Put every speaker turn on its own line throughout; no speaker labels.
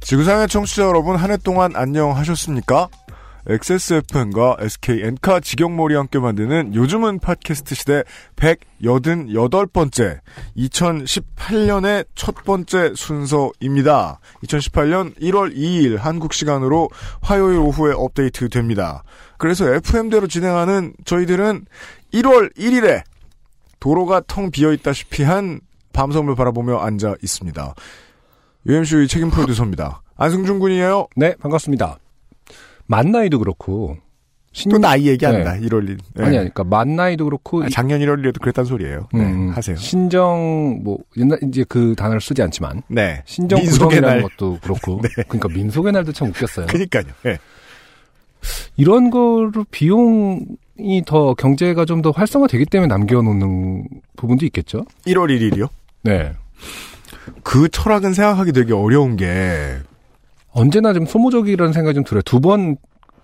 지구상의 청취자 여러분 한 해 동안 안녕하셨습니까? XSFM과 SKN카 직영몰이 함께 만드는 요즘은 팟캐스트 시대 188번째 2018년의 첫 번째 순서입니다. 2018년 1월 2일 한국 시간으로 화요일 오후에 업데이트 됩니다. 그래서 FM대로 진행하는 저희들은 1월 1일에 도로가 텅 비어 있다시피 한 밤섬을 바라보며 앉아 있습니다. UMC의 책임 프로듀서입니다. 안승준 군이에요.
네, 반갑습니다. 만 나이도 그렇고 신
또 나이 얘기한다.
네.
1월 1일. 예.
아니 아니까 만 나이도 그렇고
아, 작년 1월 1일에도 그랬단 소리예요.
이-
네,
음,
하세요.
신정 뭐 옛날 이제 그 단어를 쓰지 않지만
네.
신정
민속의
구성이라는
날. 네.
것도 그렇고 그러니까 민속의 날도 참 웃겼어요.
그니까요. 예.
이런 거로 비용이 더 경제가 좀 더 활성화되기 때문에 남겨놓는 부분도 있겠죠.
1월 1일이요.
네.
그 철학은 생각하기 되게 어려운 게
언제나 좀 소모적이라는 생각이 좀 들어요. 두 번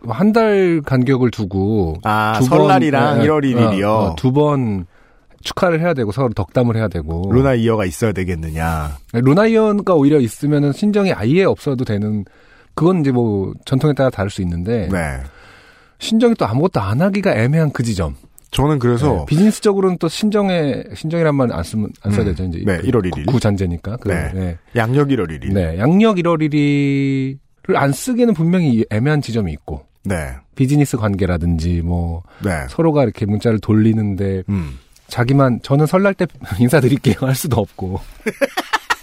한 달 간격을 두고
아,
두 번,
설날이랑
예,
1월 1일이요.
어, 어, 두번 축하를 해야 되고 서로 덕담을 해야 되고 네,
루나 이어가 있어야 되겠느냐.
루나이언가 오히려 있으면은 신정이 아예 없어도 되는 그건 이제 뭐 전통에 따라 다를 수 있는데
네.
신정이 또 아무것도 안 하기가 애매한 그 지점.
저는
예,
그래서
비즈니스적으로는 또 신정에 신정이란 말 안 쓰면 안 써야
음,
되죠. 이제
네,
그
1월 1일.
구- 구잔제니까. 그,
네.
네.
양력 1월 1일. 네.
네, 양력 1월 1일을 안 쓰기는 분명히 애매한 지점이 있고
네.
비즈니스 관계라든지 뭐 서로가 이렇게 문자를 돌리는데
음.
자기만 저는 설날 때 인사드릴게요 할 수도 없고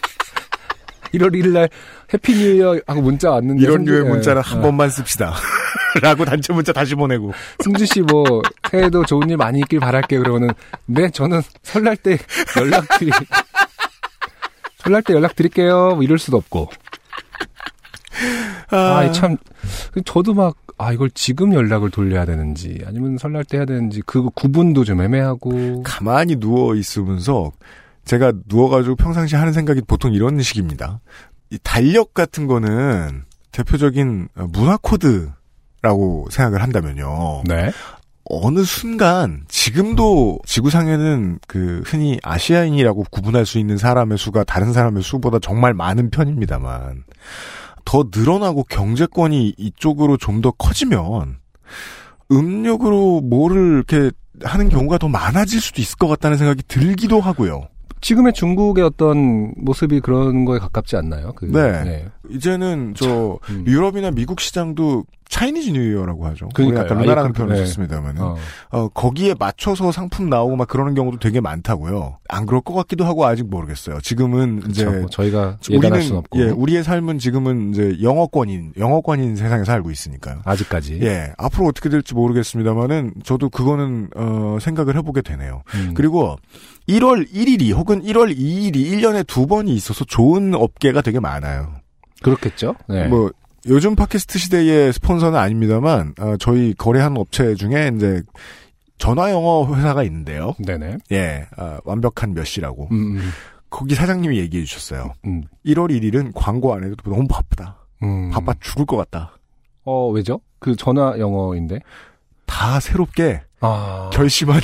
1월 1일 날 해피 뉴 이어 하고 문자 왔는데
이런
승주-
류의
예,
문자는 한
어,
번만 씁시다. 라고 단체 문자 다시 보내고.
승주 씨 뭐 새해도 좋은 일 많이 있길 바랄게요 그러면은 네 저는 설날 때 연락드리 설날 때 연락드릴게요 뭐 이럴 수도 없고 아, 참. 그 저도 막, 아, 이걸 지금 연락을 돌려야 되는지, 아니면 설날 때 해야 되는지, 그 구분도 좀 애매하고.
가만히 누워 있으면서 제가 누워가지고 평상시 하는 생각이 보통 이런 식입니다. 이 달력 같은 거는 대표적인 문화 코드라고 생각을 한다면요.
네.
어느 순간 지금도 지구상에는 그 흔히 아시아인이라고 구분할 수 있는 사람의 수가 다른 사람의 수보다 정말 많은 편입니다만 더 늘어나고 경제권이 이쪽으로 좀 더 커지면 음력으로 뭐를 이렇게 하는 경우가 더 많아질 수도 있을 것 같다는 생각이 들기도 하고요.
지금의 중국의 어떤 모습이 그런 거에 가깝지 않나요? 그,
네. 이제는 저
음.
유럽이나 미국 시장도 차이니즈 뉴이어라고 하죠.
그러니까요.
우리가
아예
달러라는
그렇게-
표현을
네.
썼습니다만
어.
어, 거기에 맞춰서 상품 나오고 막 그러는 경우도 되게 많다고요. 안 그럴 것 같기도 하고 아직 모르겠어요. 지금은
그쵸.
이제
뭐 저희가 예단할 수는
우리는
없고.
예, 우리의 삶은 지금은 이제 영어권인 영어권인 세상에 살고 있으니까요.
아직까지.
예, 앞으로 어떻게 될지 모르겠습니다만은 저도 그거는 어, 생각을 해보게 되네요.
음.
그리고 1월 1일이 혹은 1월 2일이 1년에 두 번이 있어서 좋은 업계가 되게 많아요.
그렇겠죠? 네.
뭐 요즘 팟캐스트 시대의 스폰서는 아닙니다만 아, 저희 거래한 업체 중에 이제 전화 영어 회사가 있는데요.
네네.
예, 아, 완벽한 몇 시라고
음, 음,
거기 사장님이 얘기해 주셨어요.
음.
1월 1일은 광고 안 해도 너무 바쁘다.
음.
바빠 죽을 것 같다.
어, 왜죠? 그 전화 영어인데.
다 새롭게
아.
결심한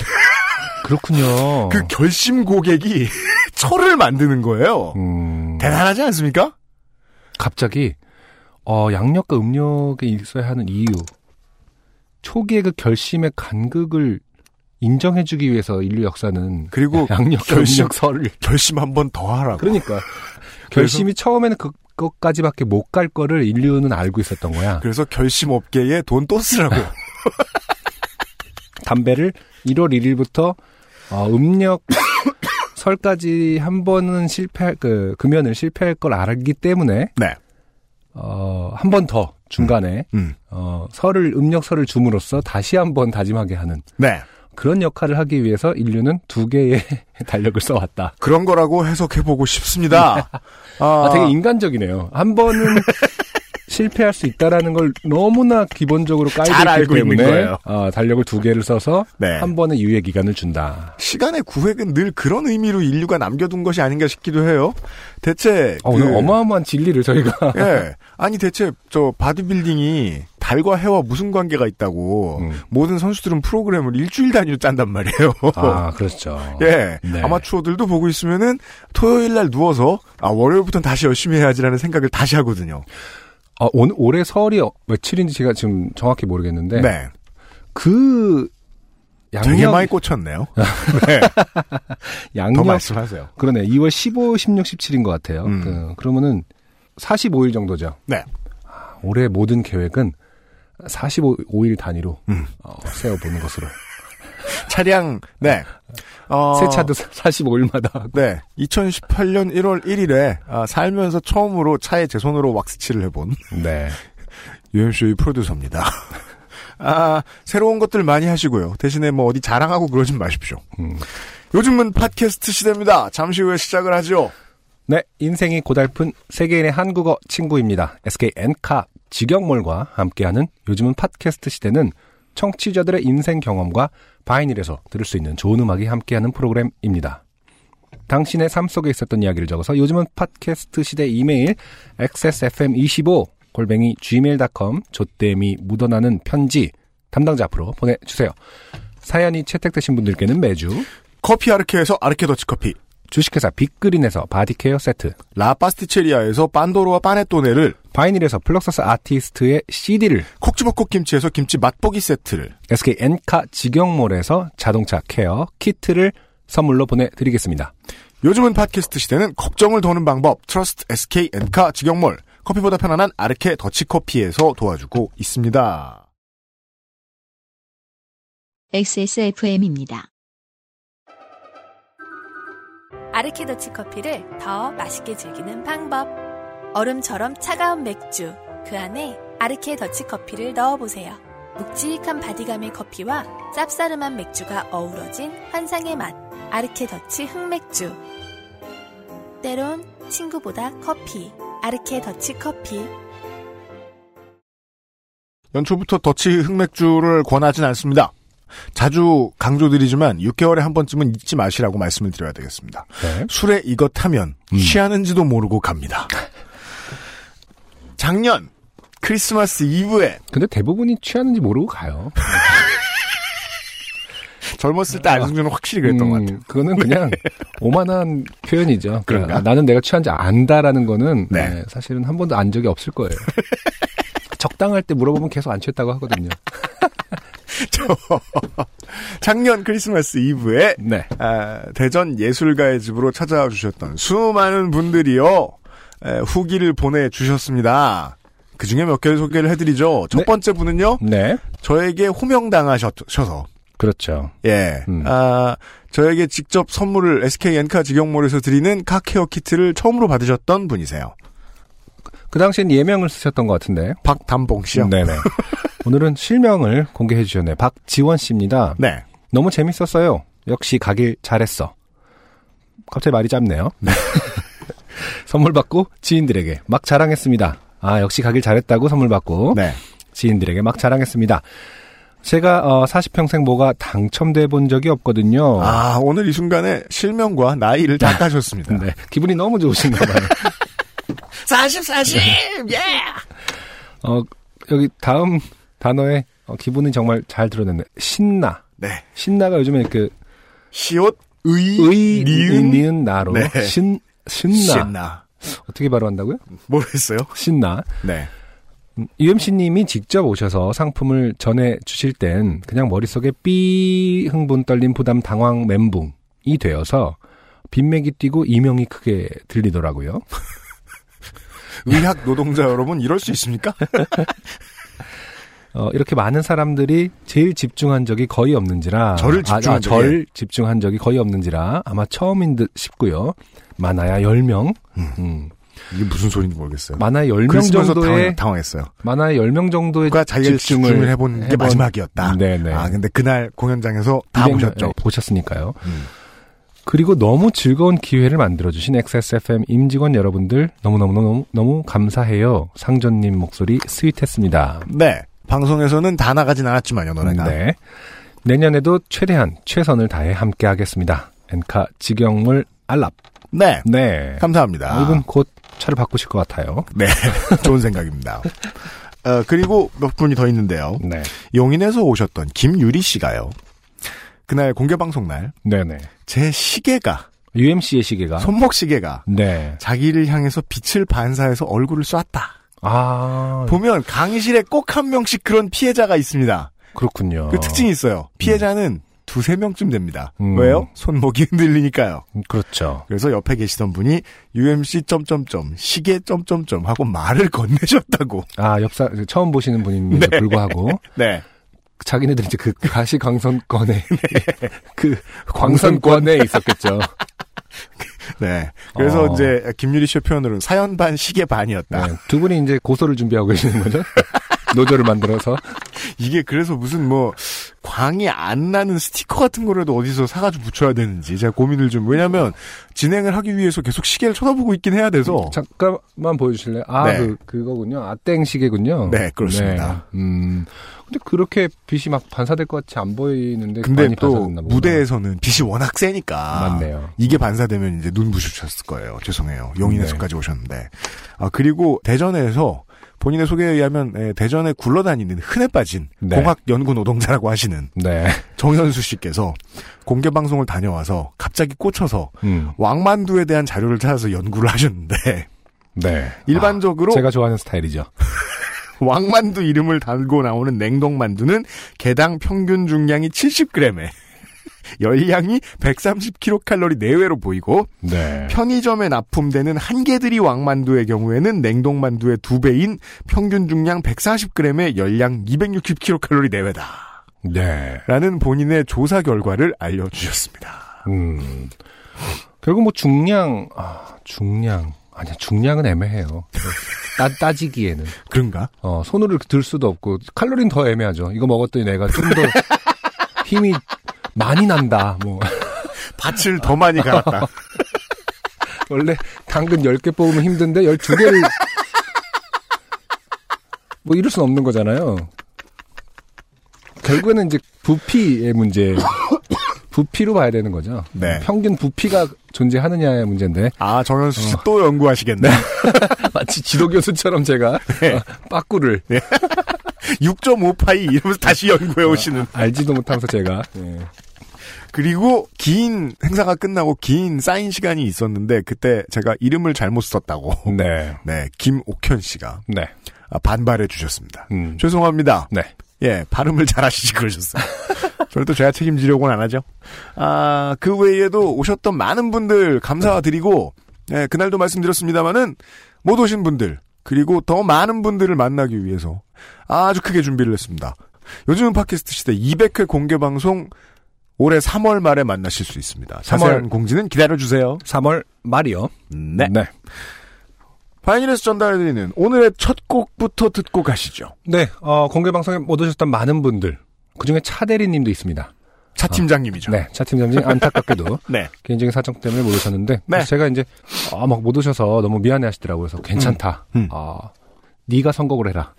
그렇군요.
그 결심 고객이 철을 만드는 거예요.
음.
대단하지 않습니까?
갑자기 어, 양력과 음력에 있어야 하는 이유 초기에 그 결심의 간극을 인정해주기 위해서 인류 역사는
그리고
양력과
결심-
음력설을
결심 한 번 더 하라고.
그러니까 결심이 처음에는 그것까지밖에 못 갈 거를 인류는 알고 있었던 거야
그래서 결심 업계에 돈 또 쓰라고.
담배를 1월 1일부터 어, 음력 설까지 한 번은 실패할 그 금연을 실패할 걸 알기 때문에
네.
어, 한 번 더 중간에
음.
어, 설을 음력 설을 줌으로써 다시 한 번 다짐하게 하는
네.
그런 역할을 하기 위해서 인류는 두 개의 달력을 써왔다.
그런 거라고 해석해보고 싶습니다.
아, 되게 인간적이네요. 한 번은 실패할 수 있다라는 걸 너무나 기본적으로 깔고
잘
있기
알고 있는
때문에
거예요.
아, 달력을 두 개를 써서
네.
한 번에 유예 기간을 준다.
시간의 구획은 늘 그런 의미로 인류가 남겨둔 것이 아닌가 싶기도 해요. 대체
어,
그-
오늘 어마어마한 진리를 저희가
예. 아니 대체 저 바디빌딩이 달과 해와 무슨 관계가 있다고
음.
모든 선수들은 프로그램을 일주일 단위로 짠단 말이에요.
아 그렇죠.
예.
네.
아마추어들도 보고 있으면은 토요일 날 누워서 아 월요일부터는 다시 열심히 해야지라는 생각을 다시 하거든요.
아, 올, 올해 설이 어- 며칠인지 제가 지금 정확히 모르겠는데
네.
그
되게
양력
많이 꽂혔네요. 네. 더
양력
말씀하세요.
그러네 2월 15, 16, 17인 것 같아요.
음.
그, 그러면은 45일 정도죠.
네.
아, 올해 모든 계획은 45일 단위로
음.
어, 세워보는 것으로.
차량 네. 어,
세차도 45일마다 하고.
네. 2018년 1월 1일에 아, 살면서 처음으로 차에 제 손으로 왁스칠을 해본
네.
UMC의 프로듀서입니다. 아, 새로운 것들 많이 하시고요. 대신에 뭐 어디 자랑하고 그러진 마십시오.
음.
요즘은 팟캐스트 시대입니다. 잠시 후에 시작을 하죠.
네, 인생이 고달픈 세계인의 한국어 친구입니다. SK 엔카 직영몰과 함께하는 요즘은 팟캐스트 시대는 청취자들의 인생 경험과 바이닐에서 들을 수 있는 좋은 음악이 함께하는 프로그램입니다. 당신의 삶 속에 있었던 이야기를 적어서 요즘은 팟캐스트 시대 이메일 xsfm25 골뱅이 gmail.com 조땜이 묻어나는 편지 담당자 앞으로 보내주세요. 사연이 채택되신 분들께는 매주
커피 아르케에서 아르케 더치 커피,
주식회사 빅그린에서 바디케어 세트
라파스티체리아에서 빤도로와 빠네토네를,
바이닐에서 플럭서스 아티스트의 CD를
콕지버콕 김치에서 김치 맛보기 세트를,
SK 엔카 직영몰에서 자동차 케어 키트를 선물로 보내드리겠습니다.
요즘은 팟캐스트 시대는 걱정을 도는 방법, 트러스트 SK 엔카 직영몰, 커피보다 편안한 아르케 더치 커피에서 도와주고 있습니다.
XSFM입니다.
아르케더치 커피를 더 맛있게 즐기는 방법. 얼음처럼 차가운 맥주. 그 안에 아르케더치 커피를 넣어보세요. 묵직한 바디감의 커피와 쌉싸름한 맥주가 어우러진 환상의 맛. 아르케더치 흑맥주. 때론 친구보다 커피. 아르케더치 커피.
연초부터 더치 흑맥주를 권하진 않습니다. 자주 강조드리지만 6개월에 한 번쯤은 잊지 마시라고 말씀을 드려야 되겠습니다.
네.
술에 이거 타면 취하는지도 모르고 갑니다. 작년 크리스마스 이브에
근데 대부분이 취하는지 모르고 가요.
젊었을 때 안승준은 확실히 그랬던 것 같아요. 네.
음, 그거는 그냥 오만한 표현이죠.
그런가?
아, 나는 내가 취한지 안다라는 거는
그러니까. 네.
네, 사실은 한 번도 안 적이 없을 거예요. 적당할 때 물어보면 계속 안 취했다고 하거든요.
저 작년 크리스마스 이브에
네.
아, 대전 예술가의 집으로 찾아와 주셨던 수많은 분들이요 에, 후기를 보내주셨습니다. 그 중에 몇 개를 소개를 해드리죠. 첫
네.
번째 분은요
네.
저에게 호명당하셔서
그렇죠.
예.
음.
아, 저에게 직접 선물을 SK 엔카 직영몰에서 드리는 카케어 키트를 처음으로 받으셨던 분이세요.
그 당시엔 예명을 쓰셨던 것 같은데.
박담봉 씨요.
네네. 오늘은 실명을 공개해 주셨네요. 박지원 씨입니다.
네.
너무 재밌었어요. 역시 가길 잘했어. 갑자기 말이 짧네요. 선물 받고 지인들에게 막 자랑했습니다. 아, 역시 가길 잘했다고 선물 받고
네.
지인들에게 막 자랑했습니다. 제가 어, 40평생 뭐가 당첨돼 본 적이 없거든요.
아, 오늘 이 순간에 실명과 나이를 다 따셨습니다.
네. 기분이 너무 좋으신가 봐요. 네.
40, 40! 예!
어, 여기 다음 단어에 어, 기분이 정말 잘 드러냈네. 신나.
네.
신나가 요즘에 그
시옷, 의,
의,
니은,
니은, 나로
네.
신, 신나.
신나.
어떻게 발음한다고요?
모르겠어요.
신나.
네.
UMC님이 직접 오셔서 상품을 전해 주실 땐 그냥 머릿속에 삐 흥분 떨림 부담 당황 멘붕이 되어서 빈맥이 뛰고 이명이 크게 들리더라고요.
의학 노동자 여러분, 이럴 수 있습니까?
어, 이렇게 많은 사람들이 제일 집중한 적이 거의 없는지라
저를 집중한
아, 아,
적이-
절 집중한 적이 거의 없는지라 아마 처음인 듯 싶고요. 많아야 10명. 음.
이게 무슨 소리인지 모르겠어요.
많아야 10명
그러면서
정도의
당황, 했어요
많아야 10명 정도의
그가 자기를
집중을,
집중을, 해본 게
해본-
마지막이었다.
네네.
아, 근데 그날 공연장에서 다
200명,
보셨죠?
예, 보셨으니까요.
음.
그리고 너무 즐거운 기회를 만들어주신 XSFM 임직원 여러분들 너무너무너무 너무 감사해요. 상전님 목소리 스윗했습니다.
네. 방송에서는 다 나가진 않았지만요, 노래가.
네. 내년에도 최대한 최선을 다해 함께 하겠습니다. 엔카 직영물 알랍.
네. 아,
네.
감사합니다.
이분 곧 차를 바꾸실 것 같아요.
네. 좋은 생각입니다. 어, 그리고 몇 분이 더 있는데요.
네.
용인에서 오셨던 김유리 씨가요. 그날 공개 방송 날,
네네.
제 시계가,
UMC의 시계가.
손목 시계가,
네.
자기를 향해서 빛을 반사해서 얼굴을 쐈다.
아.
보면 강의실에 꼭 한 명씩 그런 피해자가 있습니다.
그렇군요.
그 특징이 있어요. 피해자는 두세 명쯤 됩니다.
음.
왜요? 손목이 흔들리니까요.
음, 그렇죠.
그래서 옆에 계시던 분이 UMC 점점점 시계 점점점 하고 말을 건네셨다고.
아, 옆사, 처음 보시는 분임에도 불구하고.
네.
자기네들이 이제 그 가시광선권에. 그 광선권에 있었겠죠.
네. 그래서
어.
이제 김유리 씨의 표현으로는 사연 반 시계
네.
반이었다.
두 분이 이제 고소를 준비하고 계시는 거죠. 노조를 만들어서.
이게 그래서 무슨 뭐 광이 안 나는 스티커 같은 거라도 어디서 사가지고 붙여야 되는지 제가 고민을 좀 왜냐면 진행을 하기 위해서 계속 시계를 쳐다보고 있긴 해야 돼서
잠깐만 보여주실래요? 아,
네.
그, 그거군요. 아땡시계군요.
네, 그렇습니다.
네. 음. 근데 그렇게 빛이 막 반사될 것 같이 안 보이는데.
근데
그 많이
또
반사됐나 보구나.
무대에서는 빛이 워낙 세니까
맞네요.
이게 반사되면 이제 눈 부셔졌을 거예요. 죄송해요.
네.
용인에서까지 오셨는데. 아, 그리고 대전에서 본인의 소개에 의하면 에, 대전에 굴러다니는 흔해 빠진
네.
공학 연구 노동자라고 하시는
네.
정현수 씨께서 공개 방송을 다녀와서 갑자기 꽂혀서
음.
왕만두에 대한 자료를 찾아서 연구를 하셨는데
네.
일반적으로
아, 제가 좋아하는 스타일이죠.
왕만두 이름을 달고 나오는 냉동만두는 개당 평균 중량이 70g에 열량이 130kcal 내외로 보이고
네.
편의점에 납품되는 한개들이 왕만두의 경우에는 냉동만두의 두 배인 평균 중량 140g에 열량 260kcal 내외다.
네.
라는 본인의 조사 결과를 알려주셨습니다.
음. 결국 뭐 중량, 아, 중량. 아니야, 중량은 애매해요. 따, 따지기에는.
그런가?
어, 손으로 들 수도 없고, 칼로리는 더 애매하죠. 이거 먹었더니 내가 좀 더 힘이 많이 난다. 뭐.
밭을 더 많이 갈았다.
원래 당근 10개 뽑으면 힘든데 12개를 뭐 이럴 순 없는 거잖아요. 결국에는 이제 부피의 문제. 부피로 봐야 되는 거죠.
네.
평균 부피가 존재하느냐의 문제인데
아, 정현수 씨 또 연구하시겠네.
마치 지도 교수처럼 제가
네.
어, 빠꾸를
6.5파이 이러면서 다시 연구해 오시는.
알지도 못하면서 제가 예.
네. 그리고 긴 행사가 끝나고 긴 사인 시간이 있었는데 그때 제가 이름을 잘못 썼다고.
네.
네, 김옥현 씨가
네.
아, 반발해 주셨습니다.
음.
죄송합니다.
네.
예, 발음을 잘하시지 그러셨어요. 저를 또 제가 책임지려고는 안 하죠. 아, 그 외에도 오셨던 많은 분들 감사드리고, 예, 그날도 말씀드렸습니다만은 못 오신 분들, 그리고 더 많은 분들을 만나기 위해서 아주 크게 준비를 했습니다. 요즘은 팟캐스트 시대 200회 공개 방송 올해 3월 말에 만나실 수 있습니다. 3월 공지는 기다려주세요.
3월 말이요.
네.
네.
파이널에서 전달해드리는 오늘의 첫 곡부터 듣고 가시죠.
네, 어, 공개 방송에 못 오셨던 많은 분들 그중에 차대리 님도 있습니다.
차 팀장님이죠.
네, 차 팀장님 안타깝게도
네.
개인적인 사정 때문에 못 오셨는데
네.
제가 이제 아, 막 못 오셔서 너무 미안해 하시더라고요. 그래서 괜찮다.
음, 음.
아, 네가 선곡을 해라.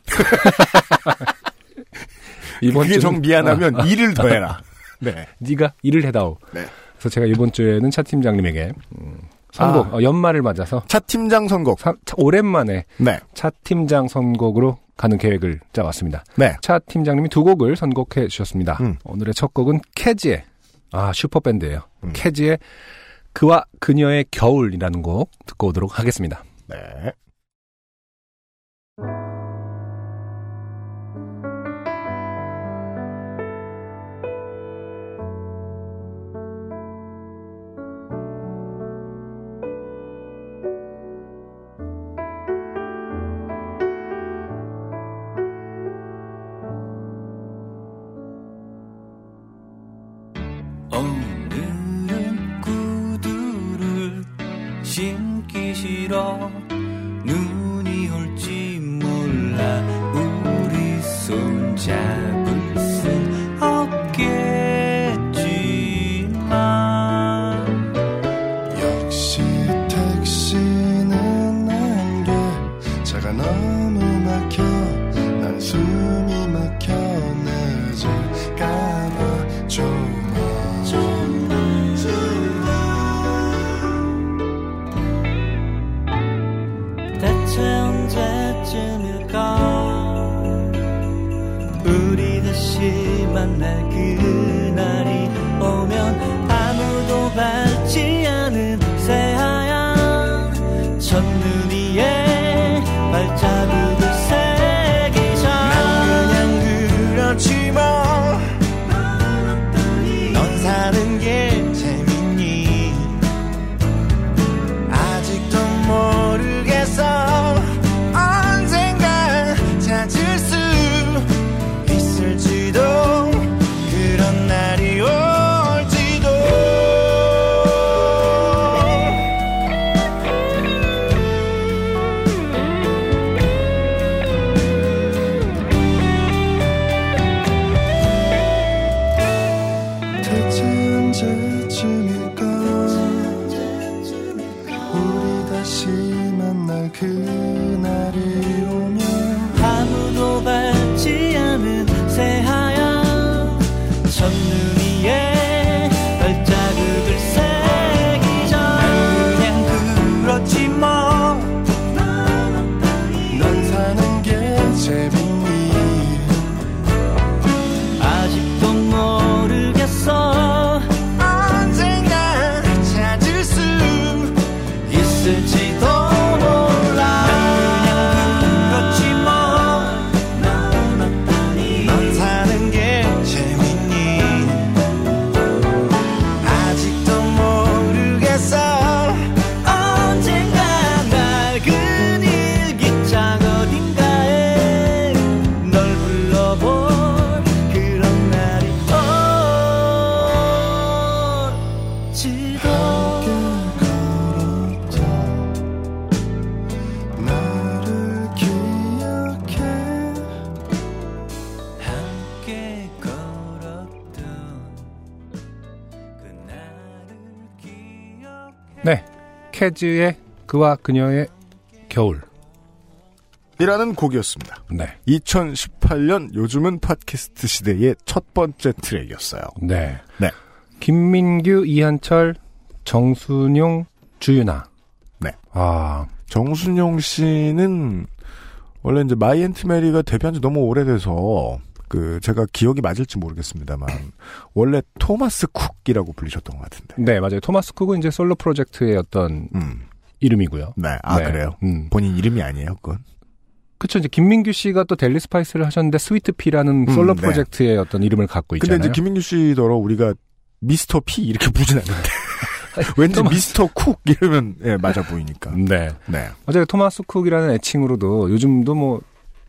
이번
그게
주는
정 미안하면 일을 더 해라. 아. 네.
네가 일을 해다오.
네.
그래서 제가 이번 주에는 차 팀장님에게 음, 선곡
아.
어, 연말을 맞아서
차 팀장 선곡.
사- 차- 오랜만에
네.
차 팀장 선곡으로 가는 계획을 짜왔습니다.
네.
차 팀장님이 두 곡을 선곡해 주셨습니다.
음.
오늘의 첫 곡은 캐지의 아 슈퍼밴드예요.
음.
캐지의 그와 그녀의 겨울이라는 곡 듣고 오도록 하겠습니다.
네.
오늘은 구두를 신기 싫어 눈이 올지 몰라 우리 손잡을 순 없겠지만 그날이 오면 아무도 밟지 않은 새하얀 첫눈 위에 발자국을 새기자 난 그냥 그렇지만 넌 사는 게 재밌니 아직도 모르겠어 언젠간 찾을 수 있을지도 그런 날이 올지도 대체 언제쯤일까 우리 다시 만날 그날이 오면 아무도 밟지 않은 새하얀 첫눈 위에 발자국을 새기자 그냥 그렇지 뭐. 뭐넌 사는 게 재밌니 아직도 모르겠어 언젠가 찾을 수 있을지도 몰라 그렇지 뭐. 뭐넌 사는 게 재밌니 아직도 모르겠어 언젠가 낡은 일기장 어딘가에 널 불러볼 그런 날이 올지도 나를 기억해 함께 걸었던 그날을 기억해
네. 캐즈의 그와 그녀의 겨울.
이라는 곡이었습니다.
네.
2018년 요즘은 팟캐스트 시대의 첫 번째 트랙이었어요.
네.
네.
김민규, 이한철, 정순용, 주윤아.
네.
아,
정순용 씨는 원래 이제 마이 앤트 메리가 데뷔한 지 너무 오래돼서 그 제가 기억이 맞을지 모르겠습니다만 원래 토마스 쿡이라고 불리셨던 것 같은데.
네, 맞아요. 토마스 쿡은 이제 솔로 프로젝트의 어떤
음.
이름이고요.
네. 아
네.
그래요.
음.
본인 이름이 아니에요, 그건.
그쵸, 이제 김민규 씨가 또 델리 스파이스를 하셨는데 스위트 피라는
음,
솔로
네.
프로젝트의 어떤 이름을 갖고
근데
있잖아요.
이제 김민규 씨더러 우리가 미스터 P 이렇게 부르진 않는데. 왠지
토마스-
미스터 쿡 이러면 예, 맞아 보이니까.
네.
네.
맞아요. 토마스 쿡이라는 애칭으로도 요즘도 뭐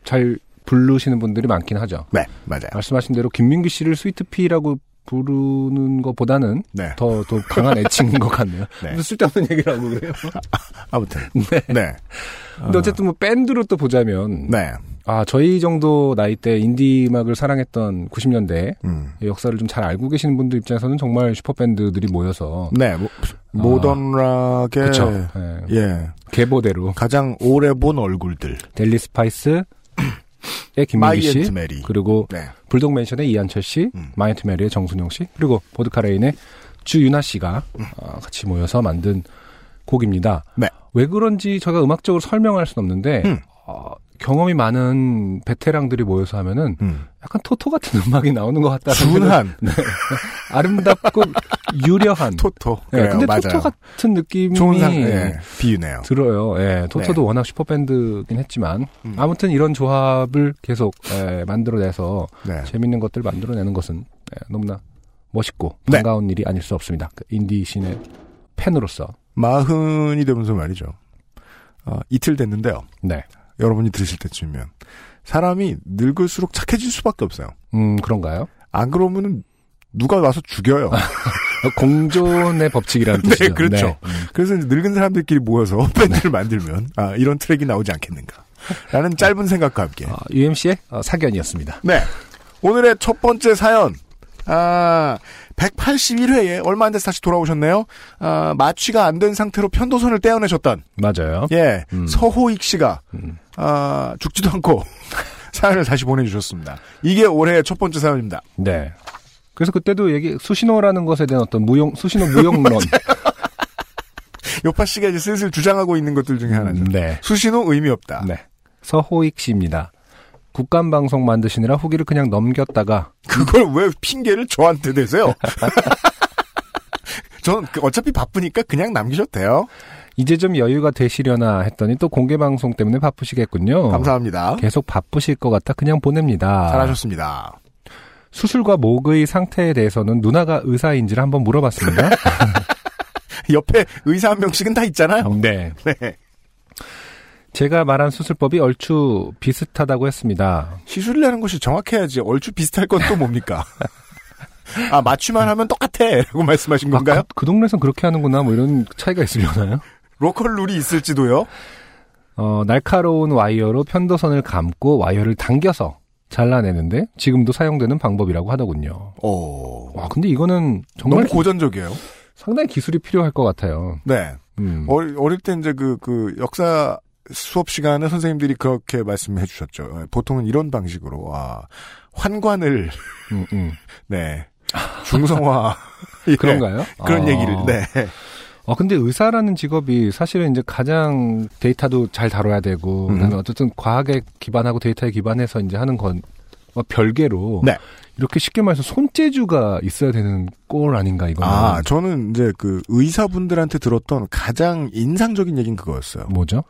잘 부르시는 분들이 많긴 하죠.
네, 맞아요.
말씀하신 대로 김민규 씨를 스위트 피라고 부르는 것보다는
네.
더, 더 강한 애칭인 것 같네요.
네.
무슨 쓸데없는 얘기를 하고 그래요.
아무튼.
네.
네.
근데 어쨌든 뭐 밴드로 또 보자면
네.
아 저희 정도 나이 때 인디 음악을 사랑했던 90년대
음.
역사를 좀 잘 알고 계시는 분들 입장에서는 정말 슈퍼 밴드들이 모여서
네. 모, 모던 락의
아. 그쵸 예.
예.
계보대로
가장 오래 본 얼굴들.
델리 스파이스의 김민규
마이 앤트
씨
메리.
그리고
네.
불독 맨션의 이한철 씨,
음.
마이트 메리의 정순용 씨, 그리고 보드카레인의 주윤아 씨가 어, 같이 모여서 만든 곡입니다.
음. 네.
왜 그런지 저희가 음악적으로 설명할 수는 없는데
음.
어, 경험이 많은 베테랑들이 모여서 하면은
음.
약간 토토 같은 음악이 나오는 것 같다는 생각이-
준한
아름답고 유려한
토토.
예,
그래요,
근데
맞아요.
토토 같은 느낌이
좋은 상 예. 비유네요.
들어요. 예, 토토도
네.
워낙 슈퍼밴드긴 했지만
음.
아무튼 이런 조합을 계속 예, 만들어내서
네.
재밌는 것들 을 만들어내는 것은 예, 너무나 멋있고
네.
반가운 일이 아닐 수 없습니다. 그 인디 씬의 팬으로서
마흔이 되면서 말이죠. 어, 이틀 됐는데요.
네,
여러분이 들으실 때쯤이면 사람이 늙을수록 착해질 수밖에 없어요.
음 그런가요?
안 그러면은 누가 와서 죽여요.
어, 공존의 법칙이라는
네,
뜻이죠.
그렇죠.
음.
그래서 이제 늙은 사람들끼리 모여서 밴드를 만들면 아 이런 트랙이 나오지 않겠는가
네.
라는 짧은 생각과 함께
어, UMC의 사견이었습니다.
네 오늘의 첫 번째 사연 아 181회에 얼마 안 돼서 다시 돌아오셨네요 아 마취가 안 된 상태로 편도선을 떼어내셨던
맞아요.
예
음.
서호익 씨가
음.
아 죽지도 않고 사연을 다시 보내주셨습니다 이게 올해의 첫 번째 사연입니다
네. 그래서 그때도 얘기 수신호라는 것에 대한 어떤 무용 수신호 무용론
요파 씨가 이제 슬슬 주장하고 있는 것들 중에 하나죠
네.
수신호 의미 없다
네. 서호익 씨입니다. 국감 방송 만드시느라 후기를 그냥 넘겼다가
그걸 왜 핑계를 저한테 대세요? 저는 그 어차피 바쁘니까 그냥 남기셔도 돼요.
이제 좀 여유가 되시려나 했더니 또 공개 방송 때문에 바쁘시겠군요.
감사합니다.
계속 바쁘실 것 같아 그냥 보냅니다.
잘하셨습니다.
수술과 목의 상태에 대해서는 누나가 의사인지를 한번 물어봤습니다.
옆에 의사 한 명씩은 다 있잖아요.
네.
네.
제가 말한 수술법이 얼추 비슷하다고 했습니다. 아,
시술이라는 것이 정확해야지 얼추 비슷할 건 또 뭡니까? 아 맞춤만 하면 똑같아 라고 말씀하신 건가요?
아, 그, 그 동네에선 그렇게 하는구나 뭐 이런 차이가 있으려나요?
로컬 룰이 있을지도요?
어, 날카로운 와이어로 편도선을 감고 와이어를 당겨서 잘라내는데 지금도 사용되는 방법이라고 하더군요.
오,
와 근데 이거는 정말
어, 너무 고전적이에요.
상당히 기술이 필요할 것 같아요.
네.
음.
어릴, 어릴 때 이제 그, 그 역사 수업 시간에 선생님들이 그렇게 말씀해 주셨죠. 예, 보통은 이런 방식으로, 아, 환관을,
음, 음.
네. 중성화. 예,
그런가요?
그런
아.
얘기를, 네.
아, 근데 의사라는 직업이 사실은 이제 가장 데이터도 잘 다뤄야 되고,
음.
그다음에 어쨌든 과학에 기반하고 데이터에 기반해서 이제 하는 건, 와 별개로.
네.
이렇게 쉽게 말해서 손재주가 있어야 되는 꼴 아닌가, 이거는.
아, 저는 이제 그 의사분들한테 들었던 가장 인상적인 얘기는 그거였어요.
뭐죠?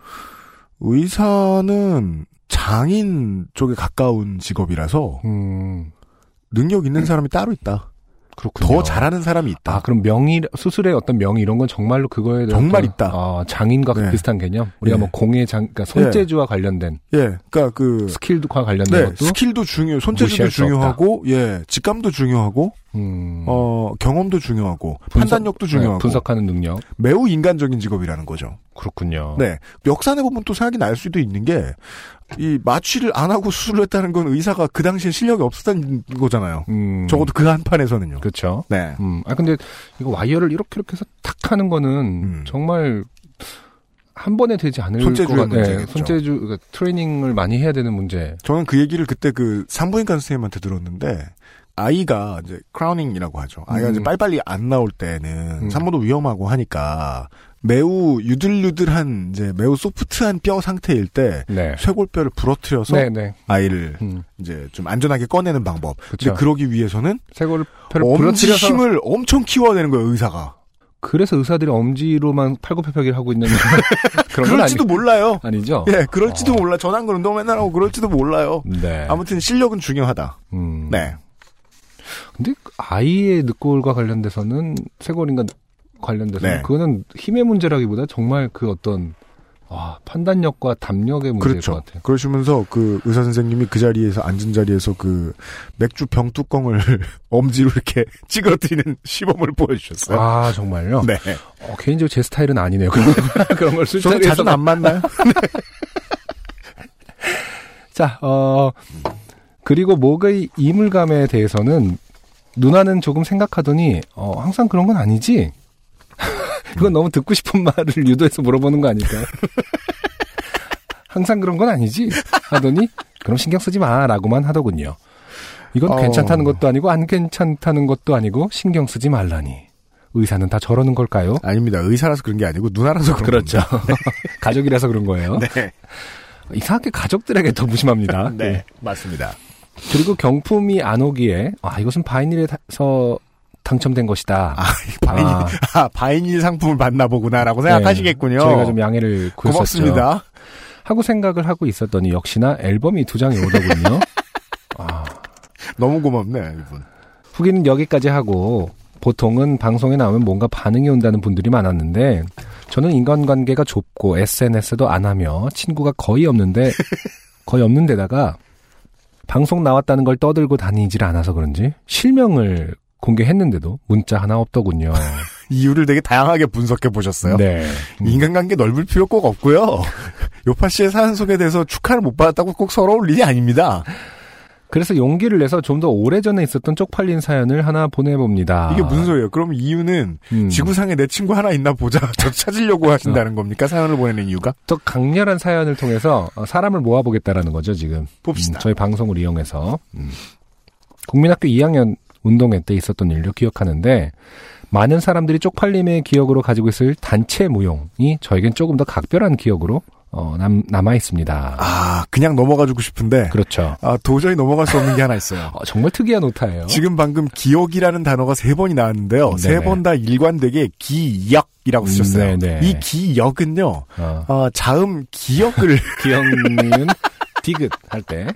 의사는 장인 쪽에 가까운 직업이라서
음,
능력 있는 사람이 따로 있다.
그렇군요.
더 잘하는 사람이 있다.
아, 그럼 명의, 수술의 어떤 명의 이런 건 정말로 그거에 대한.
정말
어떤,
있다.
아, 장인과 그
네.
비슷한 개념? 우리가
예.
뭐 공의 장, 그러니까 손재주와 관련된,
예. 그러니까 그
스킬과 관련된
네,
것도.
스킬도 중요, 손재주도
무시할 수 없다.
중요하고, 예, 직감도 중요하고,
음,
어, 경험도 중요하고,
분석-
판단력도
네,
중요하고,
분석하는 능력.
매우 인간적인 직업이라는 거죠.
그렇군요.
네, 역사내 보면 또 생각이 날 수도 있는 게, 이 마취를 안 하고 수술을 했다는 건 의사가 그 당시에 실력이 없었다는 거잖아요.
음,
적어도 그 한판에서는요.
그렇죠.
네.
음, 아 근데 이거 와이어를 이렇게 이렇게 해서 탁 하는 거는
음.
정말 한 번에 되지 않을
손재주의
것 같아요. 네,
문제겠죠.
손재주 그러니까 트레이닝을 많이 해야 되는 문제.
저는 그 얘기를 그때 그 산부인과 선생님한테 들었는데, 아이가 이제 크라우닝이라고 하죠. 아이가
음.
이제 빨리빨리 안 나올 때는
음.
산모도 위험하고 하니까 매우 유들유들한 이제 매우 소프트한 뼈 상태일 때
네.
쇄골뼈를 부러뜨려서
네, 네.
아이를
음,
이제 좀 안전하게 꺼내는 방법.
그렇죠.
근데 그러기 위해서는
세골 펴를
엄지
부러뜨려서
힘을 엄청 키워야 되는 거예요, 의사가.
그래서 의사들이 엄지로만 팔굽혀펴기를 하고 있는 그런 건 아니,
그럴지도 몰라요.
아니죠.
예, 그럴지도
어.
몰라. 전환근 운동 맨날 하고 그럴지도 몰라요.
네.
아무튼 실력은 중요하다.
음.
네.
근데 아이의 늑골과 관련돼서는 세골인가 관련돼서
네.
는 그거는 힘의 문제라기보다 정말 그 어떤 와, 판단력과 담력의 문제일 것
그렇죠.
같아요.
그러시면서 그 의사 선생님이 그 자리에서 앉은 자리에서 그 맥주 병 뚜껑을 엄지로 이렇게 찌그러뜨리는 시범을 보여주셨어요.
아 정말요?
네.
어, 개인적으로 제 스타일은 아니네요. 그런, 그런 걸
저는
술자리에서
자주 안 만나요.
자, 어, 그리고 목의 이물감에 대해서는 누나는 조금 생각하더니 어, 항상 그런 건 아니지.
음.
이건 너무 듣고 싶은 말을 유도해서 물어보는 거 아닐까요? 항상 그런 건 아니지 하더니 그럼 신경 쓰지 마라고만 하더군요. 이건
어.
괜찮다는 것도 아니고 안 괜찮다는 것도 아니고 신경 쓰지 말라니. 의사는 다 저러는 걸까요?
아닙니다. 의사라서 그런 게 아니고 누나라서 그런
그렇죠. 가족이라서 그런 거예요.
겁니다. 네.
이상하게 가족들에게 더 무심합니다.
네. 맞습니다.
그리고 경품이 안 오기에 아 이것은 바이닐에서 당첨된 것이다.
아, 바이닐,
아.
아, 바이닐 상품을 받나 보구나라고 생각하시겠군요.
네, 저희가 좀 양해를 구했었죠.
고맙습니다.
하고 생각을 하고 있었더니 역시나 앨범이 두 장이 오더군요. 아,
너무 고맙네, 이분.
후기는 여기까지 하고 보통은 방송에 나오면 뭔가 반응이 온다는 분들이 많았는데 저는 인간관계가 좁고 SNS도 안 하며 친구가 거의 없는데 거의 없는 데다가 방송 나왔다는 걸 떠들고 다니질 않아서 그런지 실명을 공개했는데도 문자 하나 없더군요.
이유를 되게 다양하게 분석해 보셨어요.
네. 음.
인간관계 넓을 필요 꼭 없고요. 요파 씨의 사연 소개에 대해서 축하를 못 받았다고 꼭 서러울 일이 아닙니다.
그래서 용기를 내서 좀 더 오래전에 있었던 쪽팔린 사연을 하나 보내봅니다.
이게 무슨 소리예요? 그럼 이유는
아. 음. 어.
지구상에 내 친구 하나 있나 보자. 저 찾으려고 하신다는 겁니까? 사연을 보내는 이유가?
더 강렬한 사연을 통해서 어, 사람을 모아보겠다라는 거죠, 지금.
봅시다.
음, 저희 방송을 이용해서 음. 국민학교 2학년 운동회 때 있었던 일로 기억하는데 많은 사람들이 쪽팔림의 기억으로 가지고 있을 단체 무용이 저에겐 조금 더 각별한 기억으로 어, 어, 남, 남아 있습니다.
아, 그냥 넘어가주고 싶은데
그렇죠.
아, 도저히 넘어갈 수 없는 게 하나 있어요.
어, 정말 특이한 오타예요.
지금 방금 기억이라는 단어가 세 번이 나왔는데요. 세
네네.
번 다 일관되게 기역이라고 쓰셨어요.
음, 네네.
이 기역은요,
어,
아, 자음 기역을
기억니은 디귿 할 때.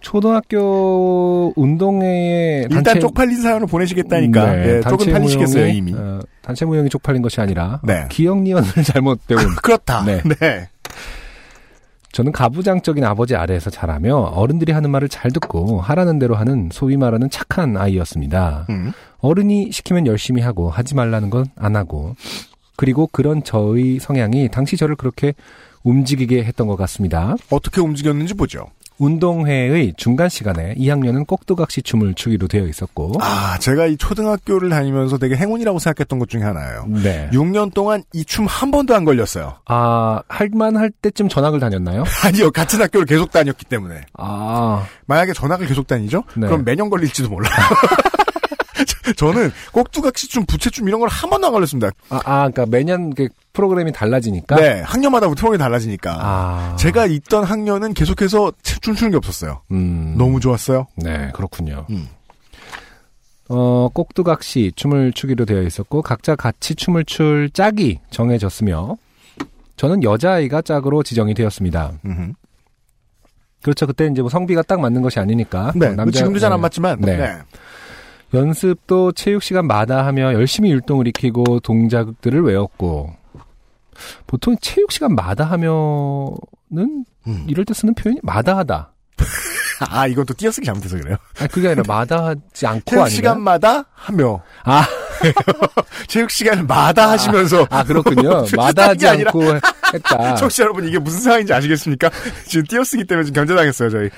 초등학교 운동회에
일단
단체-
쪽팔린 사연을 보내시겠다니까.
네,
예,
단체
조금 팔리시겠어요
무용이,
이미.
어, 단체 무용이 쪽팔린 것이 아니라
네.
기억니언을 잘못 배운
그렇다.
네.
네.
저는 가부장적인 아버지 아래에서 자라며 어른들이 하는 말을 잘 듣고 하라는 대로 하는 소위 말하는 착한 아이였습니다.
음.
어른이 시키면 열심히 하고 하지 말라는 건 안 하고 그리고 그런 저의 성향이 당시 저를 그렇게 움직이게 했던 것 같습니다.
어떻게 움직였는지 보죠.
운동회의 중간 시간에 2학년은 꼭두각시 춤을 추기로 되어 있었고
아, 제가 이 초등학교를 다니면서 되게 행운이라고 생각했던 것 중에 하나예요.
네.
6년 동안 이 춤 한 번도 안 걸렸어요.
아, 할만 할 때쯤 전학을 다녔나요?
아니요, 같은 학교를 계속 다녔기 때문에.
아,
만약에 전학을 계속 다니죠?
네.
그럼 매년 걸릴지도 몰라. 저- 저는 꼭두각시 춤, 부채춤 이런 걸 한 번도 안 걸렸습니다.
아, 아, 그러니까 매년 이렇게 프로그램이 달라지니까.
네, 학년마다 트롱이 달라지니까.
그러니까 아,
제가 있던 학년은 계속해서 춤추는 게 없었어요.
음,
너무 좋았어요.
네, 그렇군요.
음.
어, 꼭두각시 춤을 추기로 되어 있었고 각자 같이 춤을 출 짝이 정해졌으며 저는 여자아이가 짝으로 지정이 되었습니다.
음흠.
그렇죠. 그때 이제 뭐 성비가 딱 맞는 것이 아니니까.
네,
어,
뭐 지금도 잘 안
네.
맞지만.
네. 연습도 체육 시간마다 하며 열심히 율동을 익히고 동작들을 외웠고 보통 체육 시간마다 하면은
음.
이럴 때 쓰는 표현이 마다하다.
아, 이건 또 띄어쓰기 잘못해서 그래요.
아니, 그게 아니라 마다하지 않고
체육
아니라
시간마다 하며.
아.
체육 시간을 마다 하시면서.
아 그렇군요.
체육
마다하지
시간이 아니라-
않고 했다.
청취자 여러분, 이게 무슨 상황인지 아시겠습니까? 지금 띄어쓰기 때문에 지금 견제당했어요, 저희.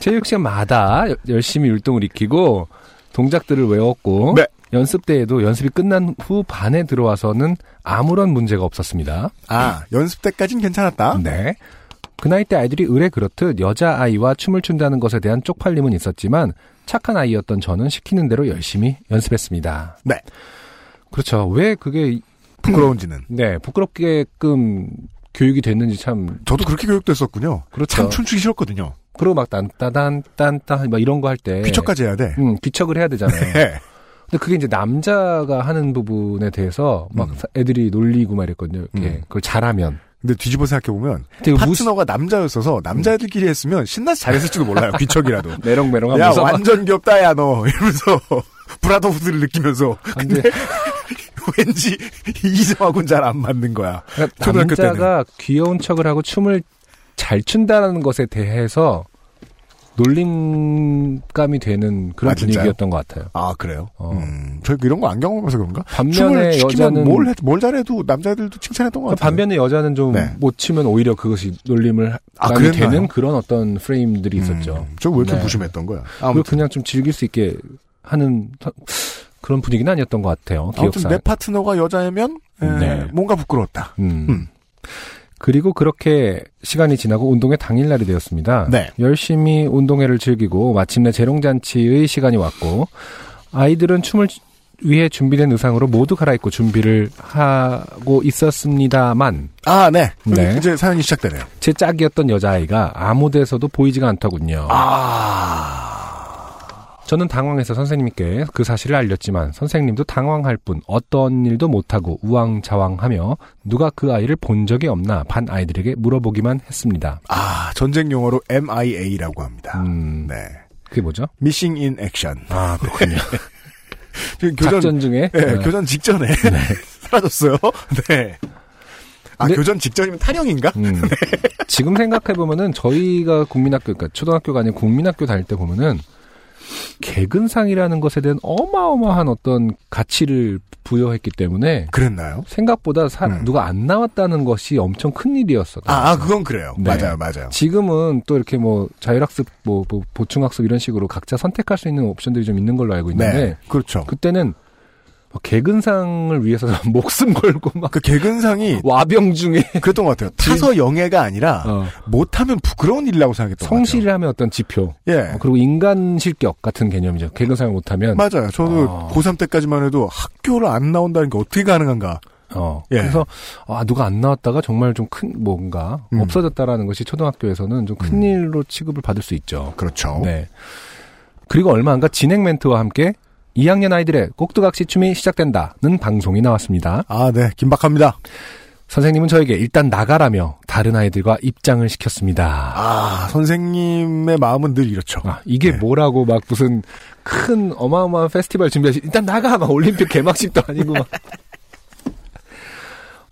체육 시간마다 여- 열심히 율동을 익히고 동작들을 외웠고
네.
연습 때에도 연습이 끝난 후 반에 들어와서는 아무런 문제가 없었습니다.
아, 연습 때까진 괜찮았다.
네. 그 나이 때 아이들이 의뢰 그렇듯 여자아이와 춤을 춘다는 것에 대한 쪽팔림은 있었지만 착한 아이였던 저는 시키는 대로 열심히 연습했습니다.
네.
그렇죠. 왜 그게,
부끄러운지는.
네, 부끄럽게끔 교육이 됐는지 참,
저도 그렇게 교육됐었군요.
그렇죠.
참 춤추기 싫었거든요.
그러고 막 딴따단, 딴따, 막 이런 거 할 때.
귀척까지 해야
네.
돼.
음, 귀척을 해야 되잖아요.
네.
근데 그게 이제 남자가 하는 부분에 대해서 막
음.
사- 애들이 놀리고 막 이랬거든요. 이렇게.
음.
그걸 잘하면.
근데 뒤집어 생각해보면,
되게 그 무시,
파트너가 남자였어서 남자애들끼리 했으면 신나서 잘했을지도 몰라요. 귀척이라도.
메롱메롱
야,
하면서.
완전 귀엽다, 야, 너. 이러면서. 브라더후드를 느끼면서
근데
왠지 이성하고는 잘 안 맞는 거야.
그러니까
초등학교
남자가 귀여운 척을 하고 춤을 잘 춘다는 것에 대해서 놀림감이 되는 그런
아, 진짜요?
분위기였던 것 같아요.
아 그래요?
어.
음, 저희 이런 거 안 경험해서 그런가? 춤을
반면에
시키면
여자는 그
뭘, 해- 뭘 잘해도 남자애들도 칭찬했던 것 같아요.
반면에 여자는 좀 못
네.
치면 오히려 그것이 놀림을
아,
감이
그랬나요?
되는 그런 어떤 프레임들이 있었죠.
음, 저왜 이렇게
네.
무심했던 거야?
그걸
아무튼,
그냥 좀 즐길 수 있게 하는 사- 그런 분위기는 아니었던 것 같아요.
아무튼 네.
기억상.
내 파트너가 여자애면 에,
네.
뭔가 부끄러웠다.
음.
음.
그리고 그렇게 시간이 지나고 운동회 당일날이 되었습니다.
네.
열심히 운동회를 즐기고 마침내 재롱잔치의 시간이 왔고 아이들은 춤을 위해 준비된 의상으로 모두 갈아입고 준비를 하고 있었습니다만
아, 네.
네.
이제 사연이 시작되네요.
제 짝이었던 여자아이가 아무 데서도 보이지가 않더군요.
아.
저는 당황해서 선생님께 그 사실을 알렸지만 선생님도 당황할 뿐 어떤 일도 못하고 우왕좌왕하며 누가 그 아이를 본 적이 없나 반 아이들에게 물어보기만 했습니다.
아, 전쟁 용어로 MIA라고 합니다.
음,
네.
그게 뭐죠?
Missing in Action.
아 그렇군요.
지금 교전,
작전 중에
예,
어,
교전 직전에 사라졌어요. 네. 아,
근데-
교전 직전이면 탈영인가?
음. 지금 생각해 보면은 저희가 국민학교 그러니까 초등학교가 아닌 국민학교 다닐 때 보면은 개근상이라는 것에 대한 어마어마한 어떤 가치를 부여했기 때문에
그랬나요?
생각보다 사-
음.
누가 안 나왔다는 것이 엄청 큰 일이었어.
아, 아, 그건 그래요.
네.
맞아요, 맞아요.
지금은 또 이렇게 뭐 자율학습, 뭐, 뭐 보충학습 이런 식으로 각자 선택할 수 있는 옵션들이 좀 있는 걸로 알고 있는데
네, 그렇죠.
그때는 막 개근상을 위해서 목숨 걸고 막
그 개근상이
와병 중에
그랬던 것 같아요. 타서 영예가 아니라
어,
못하면 부끄러운 일이라고 생각했던 것
성실하면 어떤 지표
같아요. 예.
어, 그리고 인간 실격 같은 개념이죠. 개근상을 못하면
맞아요. 저도
아.
고3 때까지만 해도 학교를 안 나온다는 게 어떻게 가능한가.
어.
예.
그래서 아 누가 안 나왔다가 정말 좀 큰 뭔가
음.
없어졌다라는 것이 초등학교에서는 좀 큰
음.
일로 취급을 받을 수 있죠.
그렇죠.
네. 그리고 얼마 안가 진행 멘트와 함께 2학년 아이들의 꼭두각시 춤이 시작된다는 방송이 나왔습니다.
아, 네. 긴박합니다.
선생님은 저에게 일단 나가라며 다른 아이들과 입장을 시켰습니다.
아, 선생님의 마음은 늘 이렇죠.
아, 이게
네.
뭐라고 막 무슨 큰 어마어마한 페스티벌 준비하시 일단 나가 막 올림픽 개막식도 아니고 막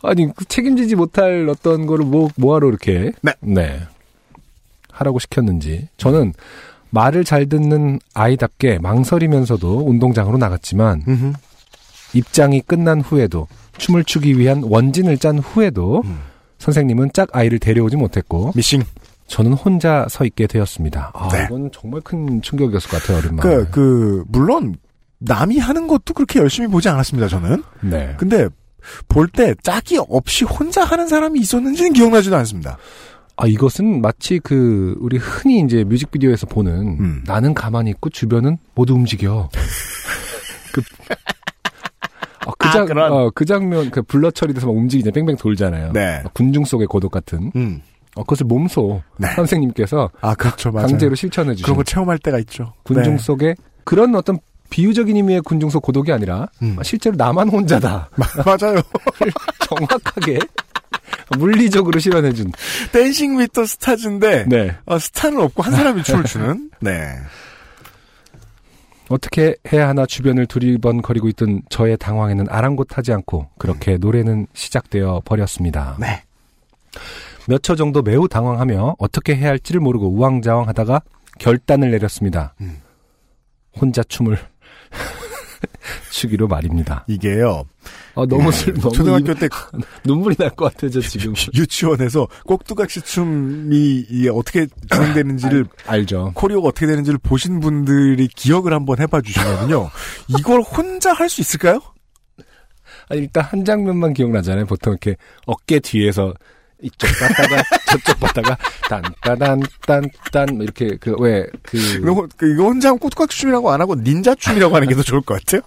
아니 그 책임지지 못할 어떤 거를 뭐 뭐하러 이렇게
네.
하라고 시켰는지 저는 말을 잘 듣는 아이답게 망설이면서도 운동장으로 나갔지만
음흠.
입장이 끝난 후에도 춤을 추기 위한 원진을 짠 후에도
음.
선생님은 짝 아이를 데려오지 못했고
미싱.
저는 혼자 서 있게 되었습니다. 아,
네.
이건 정말 큰 충격이었을 것 같아요, 어린마.
그, 그, 물론, 남이 하는 것도 그렇게 열심히 보지 않았습니다, 저는.
네.
근데, 볼 때 짝이 없이 혼자 하는 사람이 있었는지는 기억나지도 않습니다.
아, 이것은 마치 그, 우리 흔히 이제 뮤직비디오에서 보는
음.
나는 가만히 있고 주변은 모두 움직여. 그, 어, 그,
아,
장, 어, 그 장면, 그 블러 처리돼서 막 움직이잖아요. 뺑뺑 돌잖아요.
네.
어, 군중 속의 고독 같은.
음.
어, 그것을 몸소
네.
선생님께서
아, 그렇죠, 맞아요.
강제로 실천해 주신
그런 거 체험할 때가 있죠.
네. 군중
네.
속의 그런 어떤 비유적인 의미의 군중 속 고독이 아니라
음.
아, 실제로 나만 혼자다.
네. 맞아요.
정확하게 물리적으로 실현해준.
댄싱 위터 스타즈인데,
네.
어, 스타는 없고 한 사람이 춤을 추는. 네.
어떻게 해야 하나 주변을 두리번거리고 있던 저의 당황에는 아랑곳하지 않고 그렇게 노래는 시작되어 버렸습니다.
네.
몇 초 정도 매우 당황하며 어떻게 해야 할지를 모르고 우왕좌왕하다가 결단을 내렸습니다.
음.
혼자 춤을 추기로 말입니다.
이게요. 네.
아, 너무 슬, 너무
초등학교
입-
때
눈물이 날 것 같아요, 저 지금.
유치원에서 꼭두각시 춤이 이게 어떻게 진행되는지를
알죠.
코리오가 어떻게 되는지를 보신 분들이 기억을 한번 해봐 주시면요. 이걸 혼자 할 수 있을까요?
아니, 일단 한 장면만 기억나잖아요. 보통 이렇게 어깨 뒤에서 이쪽 봤다가 저쪽 봤다가 딴따단 딴딴 이렇게 그 왜
이거,
그
혼- 그- 이거 혼자 하면 꼬투각시 춤이라고 안 하고 닌자 춤이라고 하는 게 더 좋을 것 같아요.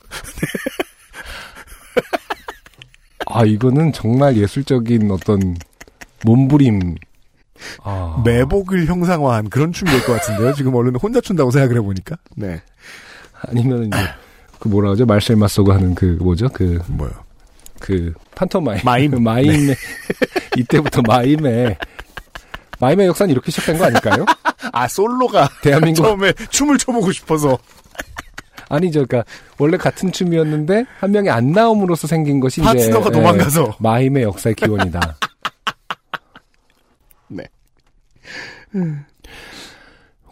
아 이거는 정말 예술적인 어떤 몸부림
어.
아,
매복을 형상화한 그런 춤이 될 것 같은데요. 지금 얼른 혼자 춘다고 생각을 해보니까. 네.
아니면 이제 그 뭐라 그러죠 말셀 마소가 하는 그 뭐죠 그
뭐요.
그 판토마임
마임. 네.
마임의 이때부터 마임의 마임의 역사는 이렇게 시작된 거 아닐까요?
아, 솔로가
대한민국
처음에 춤을 춰보고 싶어서.
아니죠. 그러니까 원래 같은 춤이었는데 한 명이 안 나옴으로써 생긴 것이 이제
파트너가
예,
도망가서.
마임의 역사의 기원이다.
네.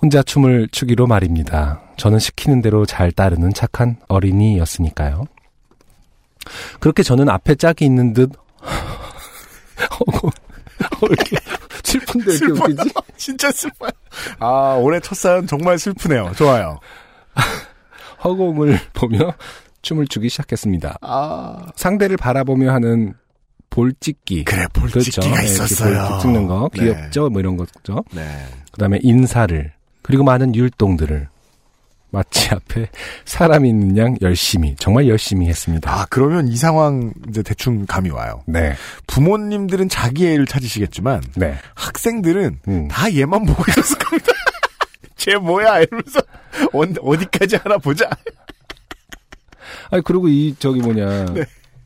혼자 춤을 추기로 말입니다. 저는 시키는 대로 잘 따르는 착한 어린이였으니까요. 그렇게 저는 앞에 짝이 있는 듯 하고 어, 이렇게 슬픈데 이렇게
슬퍼요.
웃기지?
진짜 슬퍼요. 아, 올해 첫 사연 정말 슬프네요. 좋아요.
허공을 보며 춤을 추기 시작했습니다.
아.
상대를 바라보며 하는 볼찍기.
그래, 볼찍기가
예, 이렇게
있었어요.
볼 찍는 거
네.
귀엽죠? 뭐 이런 거죠.
네.
그다음에 인사를 그리고 많은 율동들을 마치 앞에 사람 있는 양 열심히 정말 열심히 했습니다.
아, 그러면 이 상황 이제 대충 감이 와요.
네,
부모님들은 자기 애를 찾으시겠지만
네.
학생들은
음.
다 얘만 보고 있었을 겁니다. 쟤 뭐야 이러면서 언- 어디까지 하나 보자.
아니 그리고 이 저기 뭐냐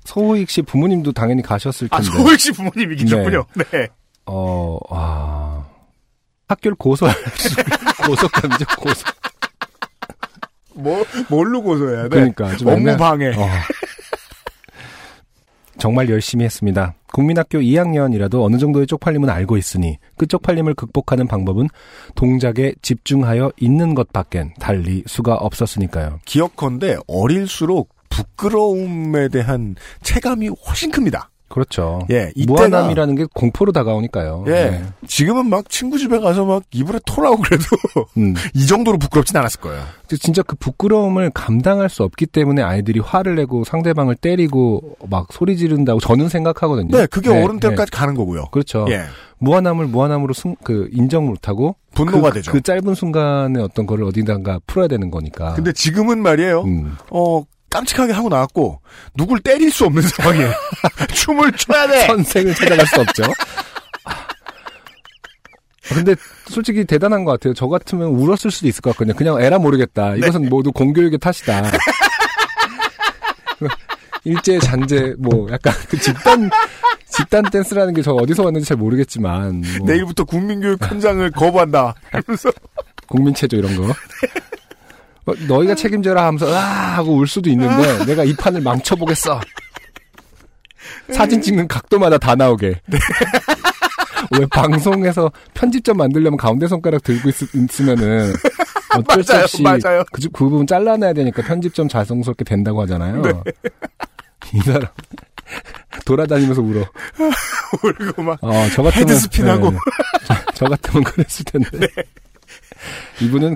서호익 씨 부모님도 당연히 가셨을
네. 아
텐데.
소울 씨 부모님이 계셨군요. 네.
어, 아 학교를 고소할 수 고소 감정 고소.
뭐 뭘로 고소해야 돼?
그러니까 좀
업무
애매한-
방해.
어. 정말 열심히 했습니다. 국민학교 2학년이라도 어느 정도의 쪽팔림은 알고 있으니 그 쪽팔림을 극복하는 방법은 동작에 집중하여 있는 것밖엔 달리 수가 없었으니까요.
기억컨대 어릴수록 부끄러움에 대한 체감이 훨씬 큽니다.
그렇죠.
예, 이때가
무한함이라는 게 공포로 다가오니까요.
예.
네.
지금은 막 친구 집에 가서 막 이불에 토라고 그래도
음.
이 정도로 부끄럽진 않았을 거예요.
진짜 그 부끄러움을 감당할 수 없기 때문에 아이들이 화를 내고 상대방을 때리고 막 소리 지른다고 저는 생각하거든요.
네, 그게
예,
어른 때까지 가는 거고요.
예. 그렇죠.
예.
무한함을 무한함으로 승, 그 인정 못하고
분노가
그,
되죠.
그 짧은 순간에 어떤 거를 어디다가 풀어야 되는 거니까.
근데 지금은 아. 말이에요.
음,
어, 깜찍하게 하고 나왔고 누굴 때릴 수 없는 상황이에요. 춤을 춰야 돼.
선생을 찾아갈 수 없죠. 아, 근데 솔직히 대단한 것 같아요. 저 같으면 울었을 수도 있을 것 같거든요. 그냥 에라 모르겠다.
네.
이것은 모두 공교육의 탓이다. 일제 잔재 뭐 약간 그 집단 집단 댄스라는 게 저 어디서 왔는지 잘 모르겠지만 뭐
내일부터 국민교육 현장을 거부한다. 이러면서
국민체조 이런 거. 어, 너희가 책임져라 하면서 아 하고 울 수도 있는데 내가 이 판을 망쳐보겠어. 사진 찍는 각도마다 다 나오게.
네.
왜 방송에서 편집점 만들려면 가운데 손가락 들고 있, 으면은뭐 어쩔 수
맞아요,
없이
맞아요.
그, 주- 그 부분 잘라내야 되니까 편집점 자성스럽게 된다고 하잖아요.
네.
이 사람 돌아다니면서 울어.
울고 막
어, 저 같으면
헤드스핀하고. 네.
네, 네. 저, 저 같으면 그랬을 텐데.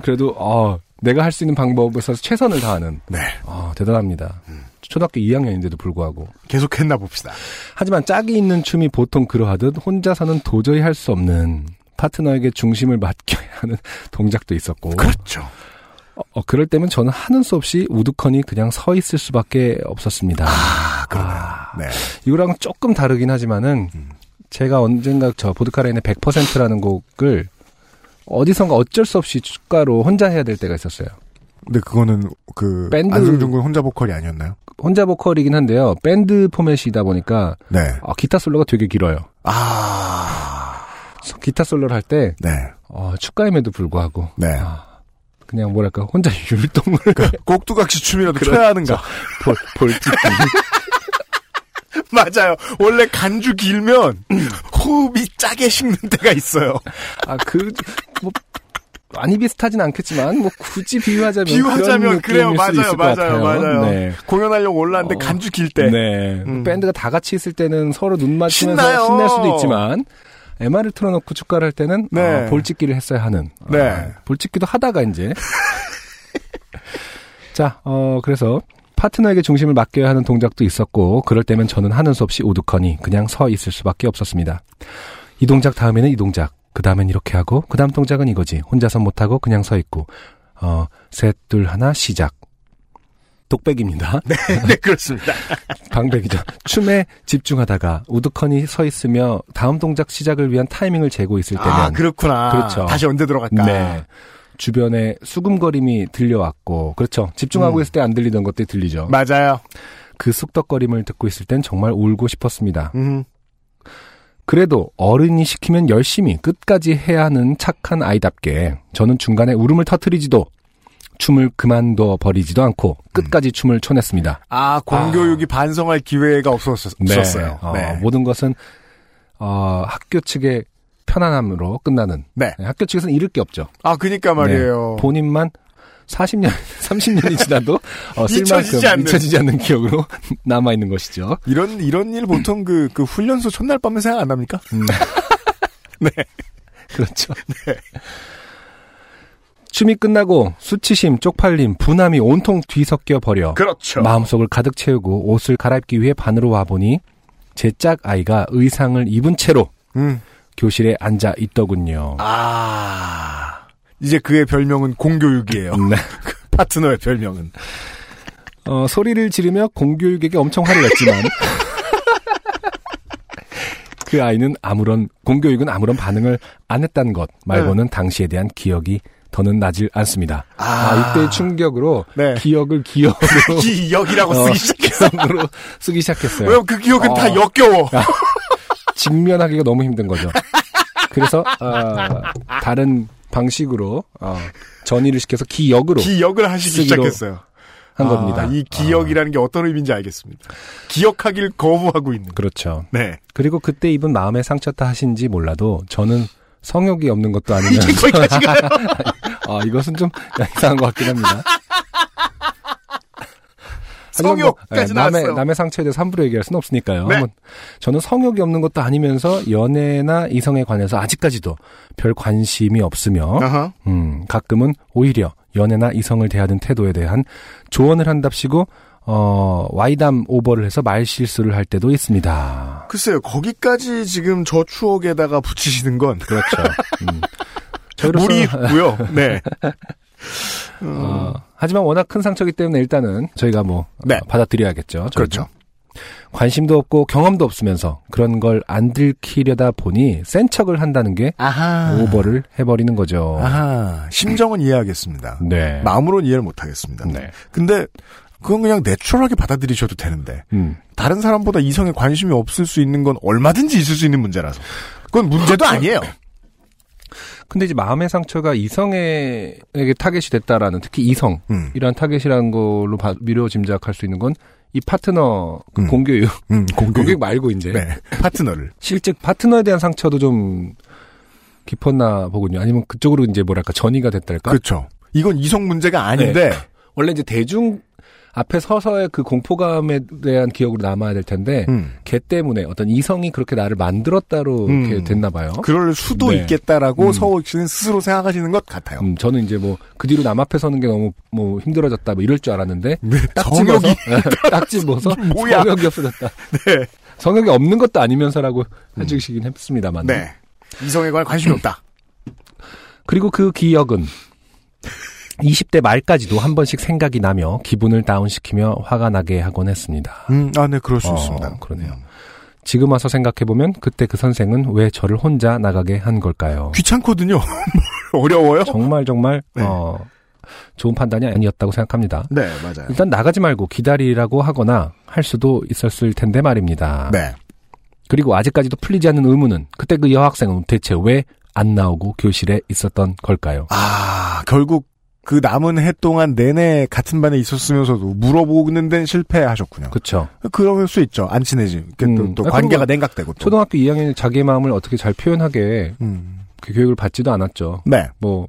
이분은 그래도 어, 내가 할 수 있는 방법에서 최선을 다하는.
네.
어, 대단합니다.
음.
초등학교 2학년인데도 불구하고.
계속했나 봅시다.
하지만 짝이 있는 춤이 보통 그러하듯 혼자서는 도저히 할 수 없는 파트너에게 중심을 맡겨야 하는 동작도 있었고.
그렇죠.
어, 어, 그럴 때면 저는 하는 수 없이 우두커니 그냥 서 있을 수밖에 없었습니다.
아, 그러네요. 네.
이거랑은 조금 다르긴 하지만은
음.
제가 언젠가 저 보드카라인의 100%라는 곡을 어디선가 어쩔 수 없이 축가로 혼자 해야 될 때가 있었어요.
근데 그거는 그
밴드-
안승준 군 혼자 보컬이 아니었나요?
혼자 보컬이긴 한데요. 밴드 포맷이다 보니까
네.
아, 기타 솔로가 되게 길어요.
아.
기타 솔로를 할 때
네.
어, 축가임에도 불구하고
네.
아, 그냥 뭐랄까 혼자 율동을
그러니까 꼭두각시 춤이라도
그렇죠.
춰야 하는가?
볼, 볼지
맞아요. 원래 간주 길면
음.
호흡이 짜게 식는 때가 있어요.
아, 아그뭐 많이 비슷하진 않겠지만 뭐 굳이 비유하자면 그런
비유하자면 그래요.
느낌일 수도 있을 것
맞아요.
같아요.
맞아요. 맞아요.
네.
공연하려고 올라왔는데
어.
간주 길 때.
네.
음.
밴드가 다 같이 있을 때는 서로 눈 맞추면서
신나요.
신날 수도 있지만 MR을 틀어놓고 축가를 할 때는
네.
아, 볼찍기를 했어야 하는.
네.
아, 볼찍기도 하다가 이제 자, 어 그래서 파트너에게 중심을 맡겨야 하는 동작도 있었고 그럴 때면 저는 하는 수 없이 오두커니 그냥 서 있을 수밖에 없었습니다. 이 동작 다음에는 이 동작, 그 다음엔 이렇게 하고 그 다음 동작은 이거지. 혼자서 못 하고 그냥 서 있고 어셋둘 하나 시작. 독백입니다.
네, 그렇습니다.
방백이죠. 춤에 집중하다가 우두커니 서 있으며 다음 동작 시작을 위한 타이밍을 재고 있을 때면
아, 그렇구나.
그렇죠.
다시 언제 들어갈까?
네. 주변에 수금거림이 들려왔고 그렇죠. 집중하고
음.
있을 때 안 들리던 것들이 들리죠.
맞아요.
그 쑥덕거림을 듣고 있을 땐 정말 울고 싶었습니다.
음.
그래도 어른이 시키면 열심히 끝까지 해야 하는 착한 아이답게 저는 중간에 울음을 터트리지도 춤을 그만둬 버리지도 않고
음.
끝까지 춤을 춰냈습니다.
아, 공교육이 반성할 기회가 없었어요.
어,
네.
모든 것은 어, 학교 측의 편안함으로 끝나는.
네.
네, 학교 측에서는 잃을 게 없죠.
아, 그니까 말이에요.
네, 본인만 40년, 30년이 지나도 어,
잊혀지지
쓸만큼
않는.
잊혀지지 않는 기억으로 남아 있는 것이죠.
이런, 이런 일 보통 그, 그 훈련소 첫날 밤에 생각 안 납니까?
음. 그렇죠.
네.
춤이 끝나고 수치심, 쪽팔림, 분함이 온통 뒤섞여 버려
그렇죠.
마음속을 가득 채우고 옷을 갈아입기 위해 반으로 와 보니 제 짝 아이가 의상을 입은 채로
음.
교실에 앉아 있더군요.
아. 이제 그의 별명은 공교육이에요. 그
네.
파트너의 별명은.
어, 소리를 지르며 공교육에게 엄청 화를 냈지만 그 아이는 아무런 공교육은 아무런 반응을 안 했다는 것 말고는
네.
당시에 대한 기억이 더는 나질 않습니다. 아, 이때의 충격으로
네.
기억을 기억으로
기역이라고 뭐
어,
쓰기 시작해.
기억으로 쓰기 시작했어요.
왜냐면 그 기억은
어.
다 역겨워.
직면하기가 너무 힘든 거죠. 그래서 어, 다른 방식으로 어, 전이를 시켜서 기역으로
기억을 하시기
쓰기로
시작했어요.
한
아,
겁니다.
이 기억이라는 게 어떤 의미인지 알겠습니다. 기억하길 거부하고 있는.
그렇죠.
네.
그리고 그때 입은 마음의 상처 탓인지 몰라도 저는 성욕이 없는 것도 아니면
거기까지 가요.
아, 이것은 좀 이상한 것 같긴 합니다. 하지만 뭐,
성욕까지
예,
나왔어요.
남의, 남의 상처에 대해서 함부로 얘기할 수는 없으니까요.
네.
한번 저는 성욕이 없는 것도 아니면서 연애나 이성에 관해서 아직까지도 별 관심이 없으며
아하.
음, 가끔은 오히려 연애나 이성을 대하는 태도에 대한 조언을 한답시고 어, 와이담 오버를 해서 말실수를 할 때도 있습니다.
글쎄요, 거기까지 지금 저 추억에다가 붙이시는 건
그렇죠. 음.
물이
저희로서는-
있고요. 네.
어, 하지만 워낙 큰 상처기 때문에 일단은 저희가 뭐
네.
어, 받아들여야겠죠. 저희도.
그렇죠.
관심도 없고 경험도 없으면서 그런 걸 안 들키려다 보니 센 척을 한다는 게
아하.
오버를 뭐. 해버리는 거죠.
아하. 심정은 이해하겠습니다.
네.
마음으로는 이해를 못하겠습니다.
네.
근데 그건 그냥 내추럴하게 받아들이셔도 되는데
음.
다른 사람보다 이성에 관심이 없을 수 있는 건 얼마든지 있을 수 있는 문제라서 그건 문제도 아니에요.
근데 이제 마음의 상처가 이성에게 타겟이 됐다라는 특히 이성
음,
이런 타겟이라는 걸로 봐- 미루어 짐작할 수 있는 건 이 파트너 그
음.
공교육
음, 공격.
공교육 말고 이제
네, 파트너를.
실제 파트너에 대한 상처도 좀 깊었나 보군요. 아니면 그쪽으로 이제 뭐랄까 전이가 됐달까. 네.
그렇죠. 이건 이성 문제가 아닌데
원래 이제 대중 앞에 서서의 그 공포감에 대한 기억으로 남아야 될 텐데
음,
걔 때문에 어떤 이성이 그렇게 나를 만들었다로
음.
이렇게 됐나 봐요.
그럴 수도
네.
있겠다라고
음.
서호 씨는 스스로 생각하시는 것 같아요.
음, 저는 이제 뭐 그 뒤로 남 앞에 서는 게 너무 뭐 힘들어졌다 뭐 이럴 줄 알았는데
네,
딱 집어서 네,
정욕이
딱 집어서
뭐야.
성역이 없어졌다.
네. 음.
성역이 없는 것도 아니면서라고 해주시긴 했습니다만.
네. 이성에 관한 관심이 없다.
그리고 그 기억은 20대 말까지도 한 번씩 생각이 나며 기분을 다운시키며 화가 나게 하곤 했습니다.
음, 아, 네, 그럴 수
어,
있습니다.
그러네요.
음.
지금 와서 생각해보면 그때 그 선생은 왜 저를 혼자 나가게 한 걸까요?
귀찮거든요. 어려워요?
정말 정말
네.
어, 좋은 판단이 아니었다고 생각합니다.
네, 맞아요.
일단 나가지 말고 기다리라고 하거나 할 수도 있었을 텐데 말입니다.
네.
그리고 아직까지도 풀리지 않는 의문은 그때 그 여학생은 대체 왜 안 나오고 교실에 있었던 걸까요?
아, 결국 그 남은 해 동안 내내 같은 반에 있었으면서도 물어보는 데는 실패하셨군요.
그쵸.
그, 럴수 있죠. 안 친해지. 그
음.
또,
아,
관계가
그리고
냉각되고. 또.
초등학교 2학년이 자기 마음을 어떻게 잘 표현하게
음.
그 교육을 받지도 않았죠.
네.
뭐,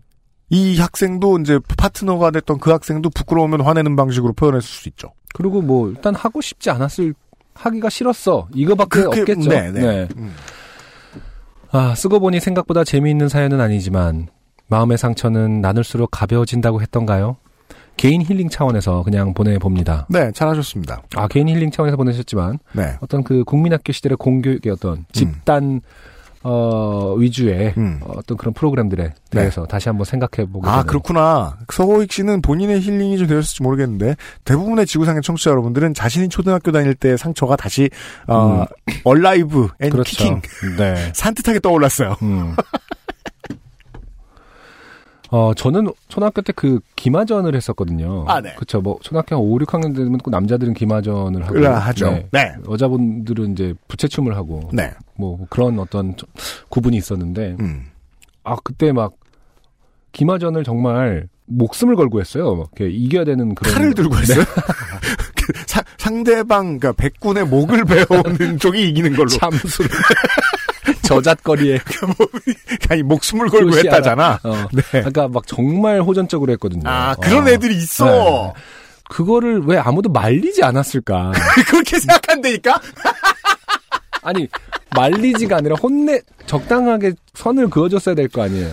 이 학생도 이제 파트너가 됐던 그 학생도 부끄러우면 화내는 방식으로 표현했을 수 있죠.
그리고 뭐, 일단 하고 싶지 않았을, 하기가 싫었어. 이거밖에
그- 그-
없겠죠.
네, 네. 음.
아, 쓰고 보니 생각보다 재미있는 사연은 아니지만, 마음의 상처는 나눌수록 가벼워진다고 했던가요? 개인 힐링 차원에서 그냥 보내봅니다.
네, 잘하셨습니다.
아, 개인 힐링 차원에서 보내셨지만,
네.
어떤 그 국민학교 시절의 공교육의 어떤 집단 어, 위주의
음. 네.
어떤 그런 프로그램들에 대해서 다시 한번 생각해 보게
아,
되는.
그렇구나. 서호익 씨는 본인의 힐링이 좀 되셨을지 모르겠는데, 대부분의 지구상의 청취자 여러분들은 자신이 초등학교 다닐 때 상처가 다시, 어,
음.
얼라이브 앤
그렇죠.
키킹.
네.
산뜻하게 떠올랐어요.
음. 어, 저는 초등학교 때 그 기마전을 했었거든요.
아, 네.
그쵸. 뭐, 초등학교 한 5, 6학년 되면 꼭 남자들은 기마전을 하고.
그라 하죠.
네.
네.
여자분들은 이제 부채춤을 하고.
네.
뭐, 그런 어떤 저- 구분이 있었는데.
음.
아, 그때 막, 기마전을 정말 목숨을 걸고 했어요. 막 이렇게 이겨야 되는 그런.
칼을 들고
네.
했어요. 그 사- 상대방, 그러니까 백군의 목을 베어오는 쪽이 이기는 걸로.
참수를 저잣거리에
뭐, 아니, 목숨을 걸고
조시아라.
했다잖아.
어.
네.
아까 막 정말 호전적으로 했거든요.
아, 그런
어.
애들이 있어.
그거를 왜 아무도 말리지 않았을까?
그렇게 생각한다니까?
아니 말리지가 아니라 혼내 적당하게 선을 그어줬어야 될 거 아니에요.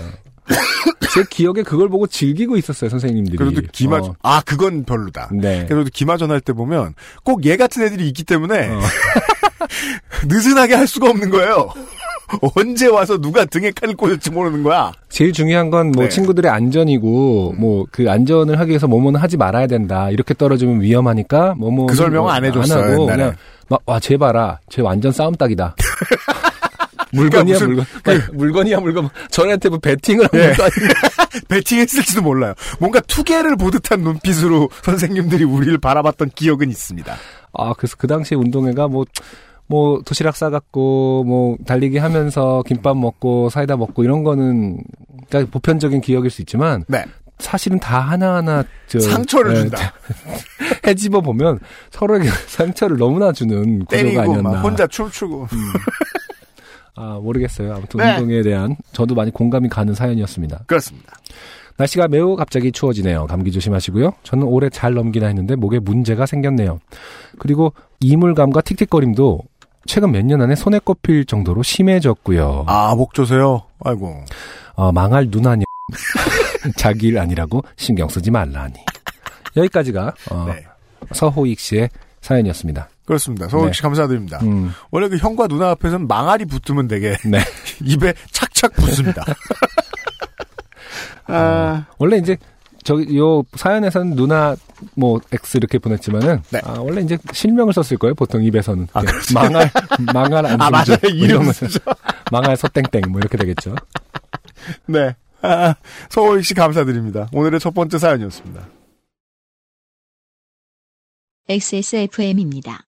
제 기억에 그걸 보고 즐기고 있었어요 선생님들이.
그래도 기마,
어,
아, 그건 별로다.
네.
그래도 기마전 할 때 보면 꼭 얘 같은 애들이 있기 때문에
어.
느슨하게 할 수가 없는 거예요. 언제 와서 누가 등에 칼을 꽂을지 모르는 거야.
제일 중요한 건 뭐
네.
친구들의 안전이고 뭐 그 안전을 하기 위해서 뭐뭐는 하지 말아야 된다. 이렇게 떨어지면 위험하니까 뭐뭐
그 설명은 안 해줬어요,
안 하고
옛날에.
그냥 막와쟤 봐라. 쟤 완전 싸움 딱이다. 물건이야
그러니까 무슨- 그
물건. 아니, 물건이야 물건. 저한테 뭐 배팅을 한
예.
것도 아니고.
배팅했을지도 몰라요. 뭔가 투게를 보듯한 눈빛으로 선생님들이 우리를 바라봤던 기억은 있습니다.
아, 그래서 그 당시 운동회가 뭐, 뭐, 도시락 싸갖고, 뭐, 달리기 하면서 김밥 먹고, 사이다 먹고, 이런 거는, 그러니까 보편적인 기억일 수 있지만,
네.
사실은 다 하나하나, 저,
상처를
네,
준다.
해집어 보면 서로에게 상처를 너무나 주는 구조가
때리고
아니었나.
막 혼자 춤추고.
아, 모르겠어요. 아무튼
네.
운동에 대한 저도 많이 공감이 가는 사연이었습니다.
그렇습니다.
날씨가 매우 갑자기 추워지네요. 감기 조심하시고요. 저는 올해 잘 넘기나 했는데 목에 문제가 생겼네요. 그리고 이물감과 틱틱거림도 최근 몇 년 안에 손에 꼽힐 정도로 심해졌고요.
아, 목조세요? 아이고.
어, 망할 눈 아니 자기 일 아니라고 신경 쓰지 말라니. 여기까지가 어,
네.
서호익 씨의 사연이었습니다.
그렇습니다. 서울씨 감사드립니다.
음,
원래 그 형과 누나 앞에서는 망아리 붙으면 되게
네.
입에 착착 붙습니다. 아,
원래 이제 저기 요 사연에서는 누나 뭐 X 이렇게 보냈지만은
네.
아, 원래 이제 실명을 썼을 거예요. 보통 입에서는
아,
예, 망할 망할 안승주
아, 맞아요.
뭐
이름
이런 거. 망할 서땡땡 뭐 이렇게 되겠죠.
네. 아, 서호익 씨 감사드립니다. 오늘의 첫 번째 사연이었습니다.
XSFM입니다.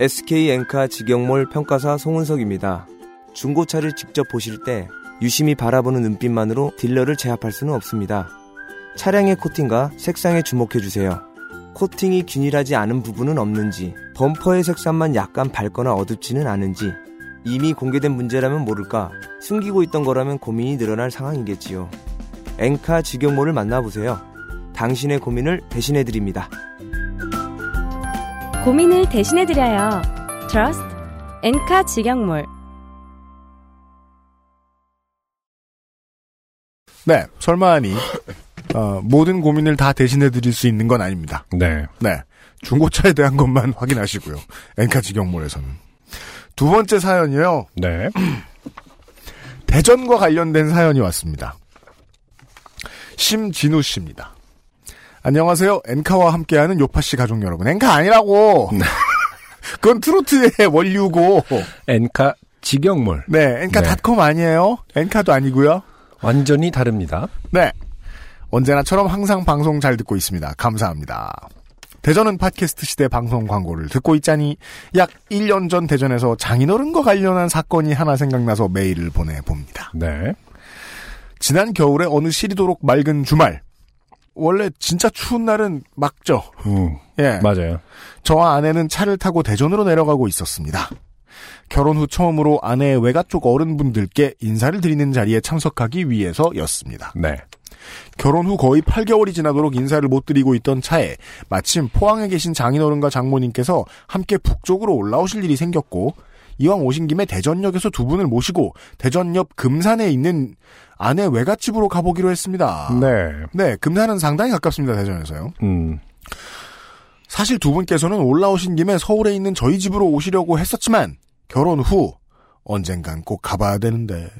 SK 엔카 직영몰 평가사 송은석입니다. 중고차를 직접 보실 때 유심히 바라보는 눈빛만으로 딜러를 제압할 수는 없습니다. 차량의 코팅과 색상에 주목해 주세요. 코팅이 균일하지 않은 부분은 없는지, 범퍼의 색상만 약간 밝거나 어둡지는 않은지, 이미 공개된 문제라면 모를까, 숨기고 있던 거라면 고민이 늘어날 상황이겠지요. 엔카 직영몰을 만나보세요. 당신의 고민을 대신해 드립니다.
고민을 대신해드려요. Trust 엔카 직영몰
네. 설마하니, 어, 모든 고민을 다 대신해 드릴 수 있는 건 아닙니다.
네.
네. 중고차에 대한 것만 확인하시고요. 엔카 직영몰에서는. 두 번째 사연이요.
네.
대전과 관련된 사연이 왔습니다. 심진우 씨입니다. 안녕하세요. 엔카와 함께하는 요파 씨 가족 여러분. 엔카 아니라고! 그건 트로트의 원류고.
엔카 직영몰
네, 엔카닷컴 아니에요? 엔카도 아니고요.
완전히 다릅니다.
네. 언제나처럼 항상 방송 잘 듣고 있습니다. 감사합니다. 대전은 팟캐스트 시대 방송 광고를 듣고 있자니 약 1년 전 대전에서 장인어른과 관련한 사건이 하나 생각나서 메일을 보내봅니다.
네.
지난 겨울에 어느 시리도록 맑은 주말. 원래 진짜 추운 날은 막죠.
음,
예.
맞아요.
저와 아내는 차를 타고 대전으로 내려가고 있었습니다. 결혼 후 처음으로 아내의 외가 쪽 어른분들께 인사를 드리는 자리에 참석하기 위해서였습니다.
네.
결혼 후 거의 8개월이 지나도록 인사를 못 드리고 있던 차에 마침 포항에 계신 장인어른과 장모님께서 함께 북쪽으로 올라오실 일이 생겼고 이왕 오신 김에 대전역에서 두 분을 모시고 대전 옆 금산에 있는 아내 외갓집으로 가보기로 했습니다.
네.
네, 금산은 상당히 가깝습니다, 대전에서요.
음.
사실 두 분께서는 올라오신 김에 서울에 있는 저희 집으로 오시려고 했었지만 결혼 후 언젠간 꼭 가봐야 되는데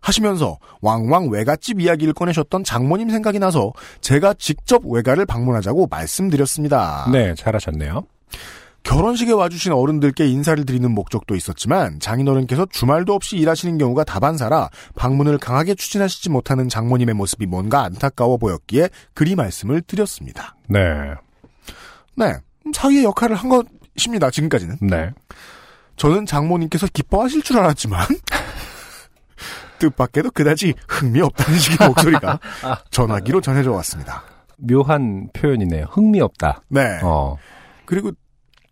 하시면서 왕왕 외갓집 이야기를 꺼내셨던 장모님 생각이 나서 제가 직접 외가를 방문하자고 말씀드렸습니다.
네, 잘하셨네요.
결혼식에 와주신 어른들께 인사를 드리는 목적도 있었지만 장인어른께서 주말도 없이 일하시는 경우가 다반사라 방문을 강하게 추진하시지 못하는 장모님의 모습이 뭔가 안타까워 보였기에 그리 말씀을 드렸습니다.
네.
네, 사위의 역할을 한 것입니다. 지금까지는.
네.
저는 장모님께서 기뻐하실 줄 알았지만 뜻밖에도 그다지 흥미 없다는 식의 목소리가 전화기로 전해져 왔습니다.
묘한 표현이네요. 흥미없다.
네.
어.
그리고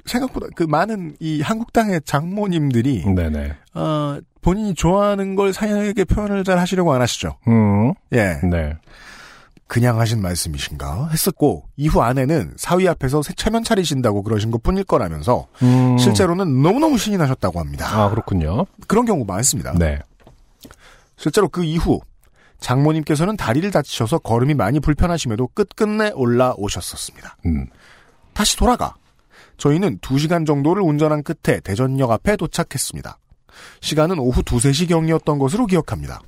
생각보다 그 많은 이 한국 땅의 장모님들이
네네.
어, 본인이 좋아하는 걸 사연에게 표현을 잘 하시려고 안 하시죠.
음.
예.
네.
그냥 하신 말씀이신가 했었고 이후 아내는 사위 앞에서 새 체면 차리신다고 그러신 것뿐일 거라면서
음.
실제로는 너무너무 신이 나셨다고 합니다.
아, 그렇군요.
그런 경우 많습니다.
네.
실제로 그 이후 장모님께서는 다리를 다치셔서 걸음이 많이 불편하심에도 끝끝내 올라오셨었습니다.
음.
다시 돌아가 저희는 2시간 정도를 운전한 끝에 대전역 앞에 도착했습니다. 시간은 오후 2, 3시경이었던 것으로 기억합니다.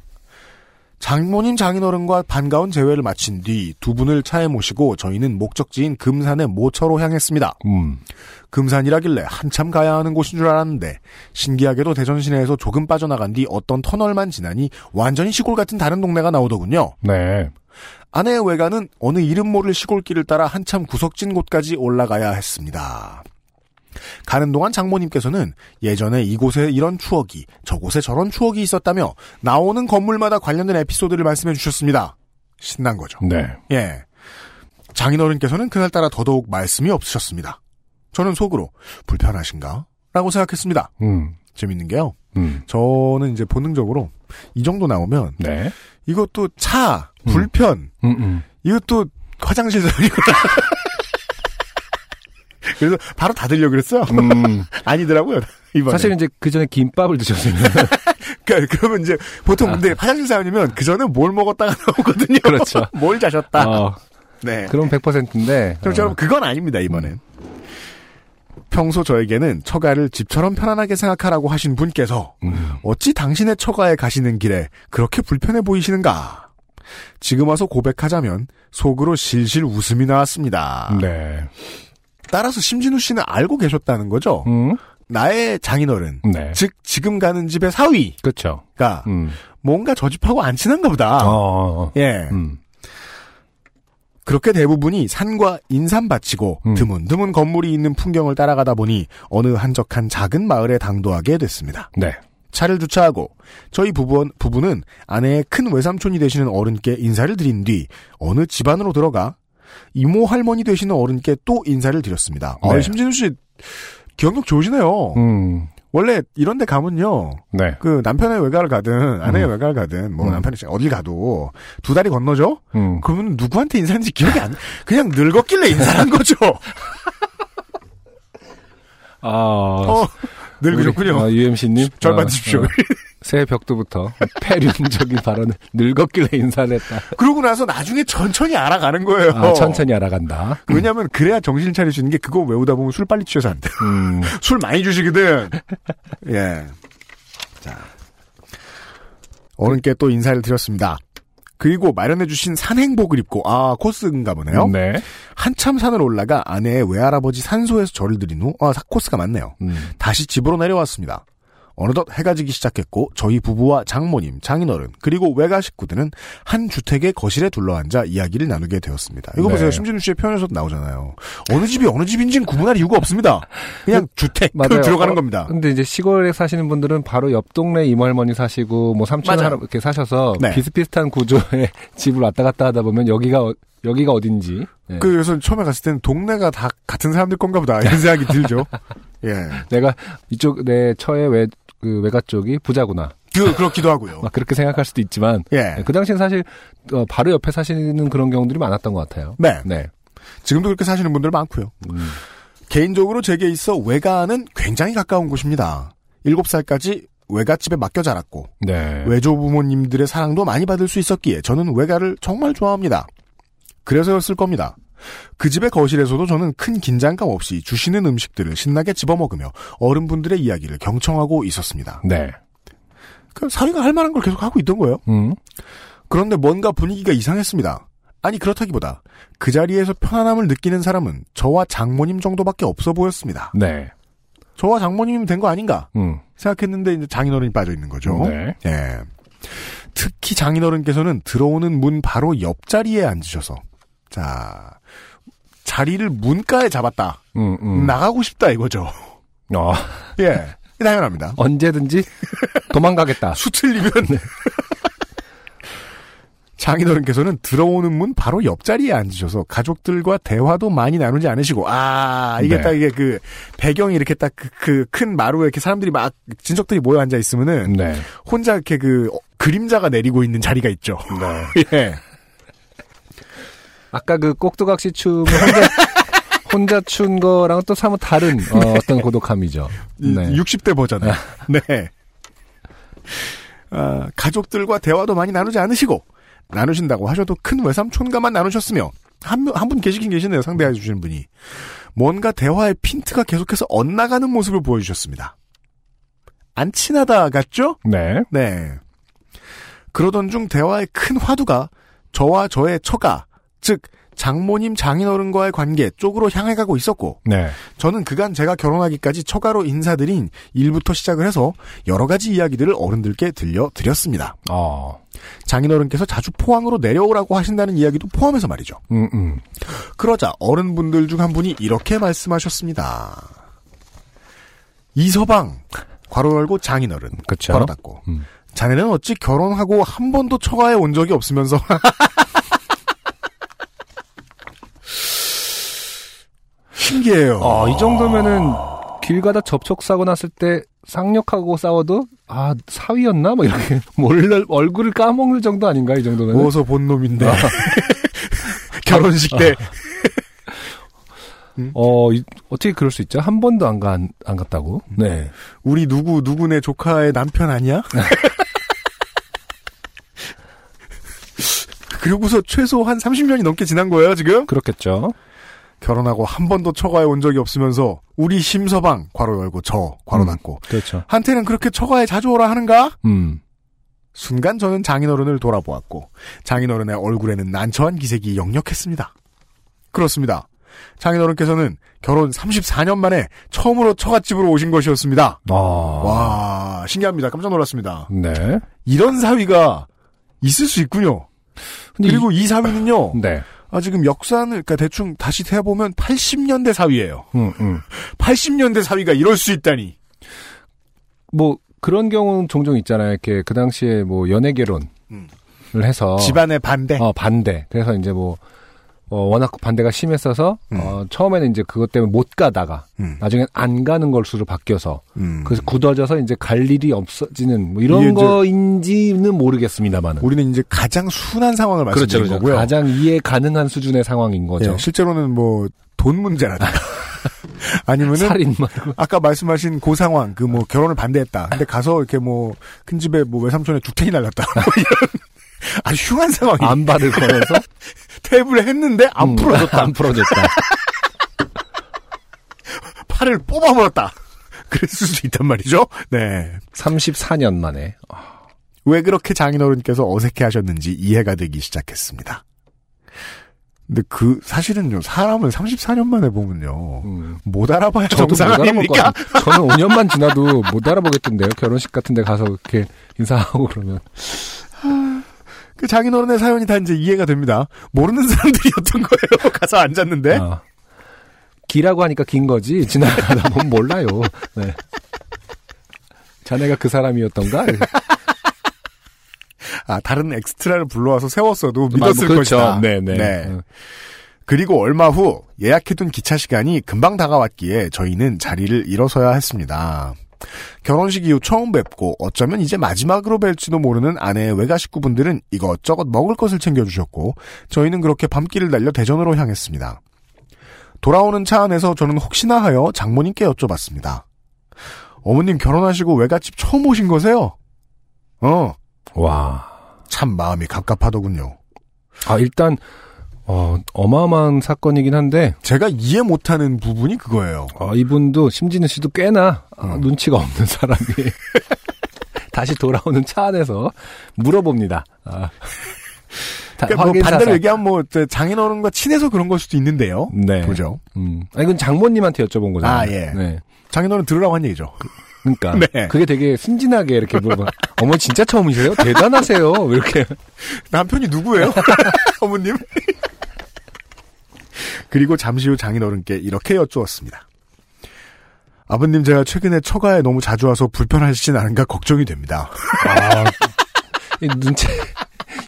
장모님 장인어른과 반가운 제회를 마친 뒤 두 분을 차에 모시고 저희는 목적지인 금산의 모처로 향했습니다.
음.
금산이라길래 한참 가야 하는 곳인 줄 알았는데 신기하게도 대전 시내에서 조금 빠져나간 뒤 어떤 터널만 지나니 완전히 시골 같은 다른 동네가 나오더군요.
네.
아내의 외가는 어느 이름 모를 시골길을 따라 한참 구석진 곳까지 올라가야 했습니다. 가는 동안 장모님께서는 예전에 이곳에 이런 추억이 저곳에 저런 추억이 있었다며 나오는 건물마다 관련된 에피소드를 말씀해 주셨습니다. 신난 거죠.
네.
예. 장인어른께서는 그날따라 더더욱 말씀이 없으셨습니다. 저는 속으로 불편하신가? 라고 생각했습니다.
음.
재밌는 게요.
음.
저는 이제 본능적으로 이 정도 나오면
네.
이것도 차,
음.
불편,
음. 음.
이것도 화장실 소리구나. 그래서 바로 닫으려고 그랬어요.
음.
아니더라고요. 이번에.
사실 이제 그 전에 김밥을 드셨으면
그러니까 그러면 이제 보통 근데 화장실 사연이면 그 전에 뭘 먹었다가 나오거든요.
아. 그렇죠.
뭘 자셨다.
어,
네.
그럼 100%인데
그럼 여러분 그건 아닙니다 이번엔. 평소 저에게는 처가를 집처럼 편안하게 생각하라고 하신 분께서
음.
어찌 당신의 처가에 가시는 길에 그렇게 불편해 보이시는가? 지금 와서 고백하자면 속으로 실실 웃음이 나왔습니다.
네.
따라서 심진우 씨는 알고 계셨다는 거죠.
음.
나의 장인어른,
네.
즉 지금 가는 집의 사위가
그렇죠. 음.
뭔가 저 집하고 안 친한가
어,
보다.
어, 어.
예.
음.
그렇게 대부분이 산과 인산 바치고
음.
드문드문 건물이 있는 풍경을 따라가다 보니 어느 한적한 작은 마을에 당도하게 됐습니다.
네.
차를 주차하고 저희 부부는, 부부는 아내의 큰 외삼촌이 되시는 어른께 인사를 드린 뒤 어느 집안으로 들어가 이모 할머니 되시는 어른께 또 인사를 드렸습니다. 아,
네.
심진우 씨 기억력 좋으시네요.
음.
원래 이런 데 가면요.
네.
그 남편의 외가를 가든 아내의
음.
외가를 가든 뭐
음.
남편이 어딜 가도 두 다리 건너죠?
음.
그러면 누구한테 인사했는지 기억이 안 그냥 늙었길래 인사한 거죠.
아.
어, 늙으셨군요.
아, UMC님.
절 받으십시오.
새해 벽두부터 패륜적인 발언을 늙었길래 인사를 했다.
그러고 나서 나중에 천천히 알아가는 거예요.
아, 천천히 알아간다.
왜냐하면 그래야 정신 을 차릴 수 있는 게 그거 외우다 보면 술 빨리 취해서 안 돼.
음.
술 많이 주시거든. 예. 자. 어른께 또 인사를 드렸습니다. 그리고 마련해주신 산행복을 입고, 아, 코스인가 보네요.
네.
한참 산을 올라가 아내의 외할아버지 산소에서 절을 드린 후, 아, 코스가 맞네요.
음.
다시 집으로 내려왔습니다. 어느덧 해가 지기 시작했고 저희 부부와 장모님, 장인어른 그리고 외가 식구들은 한 주택의 거실에 둘러앉아 이야기를 나누게 되었습니다. 이거
네.
보세요. 심진우 씨의 표현에서도 나오잖아요. 어느 집이 어느 집인지는 구분할 이유가 없습니다. 그냥 주택
맞아요.
들어가는
어,
겁니다.
근데 이제 시골에 사시는 분들은 바로 옆 동네 이모할머니 사시고 뭐 삼촌
맞아요.
할아 이렇게 사셔서
네.
비슷비슷한 구조의 집을 왔다 갔다 하다 보면 여기가 어- 여기가 어딘지 예.
그래서 처음에 갔을 때는 동네가 다 같은 사람들 건가 보다 이런 생각이 들죠. 예,
내가 이쪽 내 처의 외, 그 외가 쪽이 부자구나
그 그렇기도 하고요.
막 그렇게 생각할 수도 있지만
예,
그 당시엔 사실 어, 바로 옆에 사시는 그런 경우들이 많았던 것 같아요.
네.
네.
지금도 그렇게 사시는 분들 많고요.
음.
개인적으로 제게 있어 외가는 굉장히 가까운 곳입니다. 7살까지 외갓집에 맡겨 자랐고
네.
외조부모님들의 사랑도 많이 받을 수 있었기에 저는 외가를 정말 좋아합니다. 그래서였을 겁니다. 그 집의 거실에서도 저는 큰 긴장감 없이 주시는 음식들을 신나게 집어먹으며 어른분들의 이야기를 경청하고 있었습니다.
네.
그 사위가 할 만한 걸 계속 하고 있던 거예요.
음.
그런데 뭔가 분위기가 이상했습니다. 아니 그렇다기보다 그 자리에서 편안함을 느끼는 사람은 저와 장모님 정도밖에 없어 보였습니다.
네.
저와 장모님이면 된 거 아닌가
음.
생각했는데 이제 장인어른이 빠져 있는 거죠.
네.
예. 특히 장인어른께서는 들어오는 문 바로 옆자리에 앉으셔서 자 자리를 문가에 잡았다
음, 음.
나가고 싶다 이거죠.
어,
예 당연합니다.
언제든지 도망가겠다.
수틀리면 장인어른께서는 들어오는 문 바로 옆자리에 앉으셔서 가족들과 대화도 많이 나누지 않으시고 아 이게
네.
딱 이게 그 배경이 이렇게 딱 그 큰 마루에 이렇게 사람들이 막 진적들이 모여 앉아 있으면은
네.
혼자 이렇게 그 어, 그림자가 내리고 있는 자리가 있죠.
네.
예.
아까 그 꼭두각시 춤을 혼자, 혼자 춘 거랑 또 사뭇 다른 어, 떤 고독함이죠. 네.
60대 버전에. 네. 아, 가족들과 대화도 많이 나누지 않으시고 나누신다고 하셔도 큰 외삼촌과만 나누셨으며 한분 한분 계시긴 계시네요. 상대해 주시는 분이 뭔가 대화의 핀트가 계속해서 엇나가는 모습을 보여주셨습니다. 안 친하다 같죠?
네.
네. 그러던 중 대화의 큰 화두가 저와 저의 처가, 즉 장모님 장인어른과의 관계 쪽으로 향해 가고 있었고
네.
저는 그간 제가 결혼하기까지 처가로 인사드린 일부터 시작을 해서 여러 가지 이야기들을 어른들께 들려드렸습니다.
어.
장인어른께서 자주 포항으로 내려오라고 하신다는 이야기도 포함해서 말이죠.
음, 음.
그러자 어른분들 중 한 분이 이렇게 말씀하셨습니다. 이서방, 괄호 열고 장인어른,
그쵸.
괄호 닫고.
음.
자네는 어찌 결혼하고 한 번도 처가에 온 적이 없으면서 신기해요.
아, 이 정도면은 길 가다 접촉사고 났을 때 상력하고 싸워도 아, 사위였나? 뭐 이렇게 몰래 얼굴을 까먹을 정도 아닌가? 이 정도면. 은
어서 본 놈인데. 결혼식 때.
어, 이- 어떻게 그럴 수 있죠? 한 번도 안, 가, 안, 안 갔다고? 네.
우리 누구, 누구네 조카의 남편 아니야? 그리고서 최소 한 30년이 넘게 지난 거예요, 지금?
그렇겠죠.
결혼하고 한 번도 처가에 온 적이 없으면서, 우리 심서방, 괄호 열고, 저, 괄호
음.
닫고.
그렇죠.
한테는 그렇게 처가에 자주 오라 하는가?
음.
순간 저는 장인어른을 돌아보았고 장인어른의 얼굴에는 난처한 기색이 역력했습니다. 그렇습니다. 장인어른께서는 결혼 34년 만에 처음으로 처갓집으로 오신 것이었습니다.
아.
와 신기합니다. 깜짝 놀랐습니다.
네.
이런 사위가 있을 수 있군요.
근데
그리고 이 사위는요.
이- 네.
아 지금 역산을 그러니까 대충 다시 해보면 80년대 사위예요.
음, 음.
80년대 사위가 이럴 수 있다니.
뭐 그런 경우는 종종 있잖아요. 이렇게 그 당시에 뭐 연애 결혼을
음.
해서
집안의 반대.
어, 반대. 그래서 이제 뭐 어, 워낙 반대가 심했어서
음.
어, 처음에는 이제 그것 때문에 못 가다가
음.
나중엔 안 가는 걸수로 바뀌어서
음.
그래서 굳어져서 이제 갈 일이 없어지는 뭐
이게
이런
이제- 음.
거인지는 모르겠습니다만은
우리는 이제 가장 순한 상황을 말씀드린 거고요.
그렇죠, 가장 이해 가능한 수준의 상황인 거죠.
그렇죠, 예, 실제로는 뭐 돈 문제라든가 아니면은
살인마.
아까 말씀하신 그 상황 그 뭐 결혼을 반대했다. 근데 가서 이렇게 뭐 큰 집에 뭐 외삼촌의 죽탱이 날렸다. 뭐 이런 아주 흉한 상황이
안발을 걸어서
탭을 했는데 안
음,
풀어줬다.
안 풀어줬다.
팔을 뽑아버렸다. 그랬을 수도 있단 말이죠. 네.
34년 만에
왜 그렇게 장인어른께서 어색해하셨는지 이해가 되기 시작했습니다. 근데 그 사실은요 사람을 34년 만에 보면요
음.
못 알아봐야
저도
정상
못 알아볼 것
아닙니까?
같아요. 저는 5년만 지나도 못 알아보겠던데요. 결혼식 같은 데 가서 이렇게 인사하고 그러면.
그 장인어른의 사연이 다 이제 이해가 됩니다. 모르는 사람들이었던 거예요. 가서 앉았는데
아, 기라고 하니까 긴 거지. 지나가다 보면 몰라요. 네. 자네가 그 사람이었던가? 그
아 다른 엑스트라를 불러와서
뭐
세웠어도 믿었을
그렇죠.
것이다.
네, 네.
네. 그리고 얼마 후 예약해둔 기차 시간이 금방 다가왔기에 저희는 자리를 일어서야 했습니다. 결혼식 이후 처음 뵙고 어쩌면 이제 마지막으로 뵐지도 모르는 아내의 외가 식구분들은 이것저것 먹을 것을 챙겨주셨고 저희는 그렇게 밤길을 달려 대전으로 향했습니다. 돌아오는 차 안에서 저는 혹시나 하여 장모님께 여쭤봤습니다. 어머님 결혼하시고 외갓집 처음 오신 거세요? 어,
와.
참 마음이 갑갑하더군요.
아, 일단, 어, 어마어마한 사건이긴 한데,
제가 이해 못하는 부분이 그거예요.
어, 이분도, 심진우 씨도 꽤나 아,
음.
눈치가 없는 사람이. 다시 돌아오는 차 안에서 물어봅니다. 아. 다
그러니까 뭐
확인
반대로
사살.
얘기하면 뭐 이제 장인어른과 친해서 그런 걸 수도 있는데요.
네.
보죠.
음. 아, 이건 장모님한테 여쭤본 거잖아요.
아, 예.
네.
장인어른 들으라고 한 얘기죠.
그러니까
네.
그게 되게 순진하게 이렇게 물어봐. 어머 진짜 처음이세요? 대단하세요. 왜 이렇게
남편이 누구예요? 어머님. 그리고 잠시 후 장인어른께 이렇게 여쭈었습니다. 아버님 제가 최근에 처가에 너무 자주 와서 불편하시진 않은가 걱정이 됩니다.
이 눈치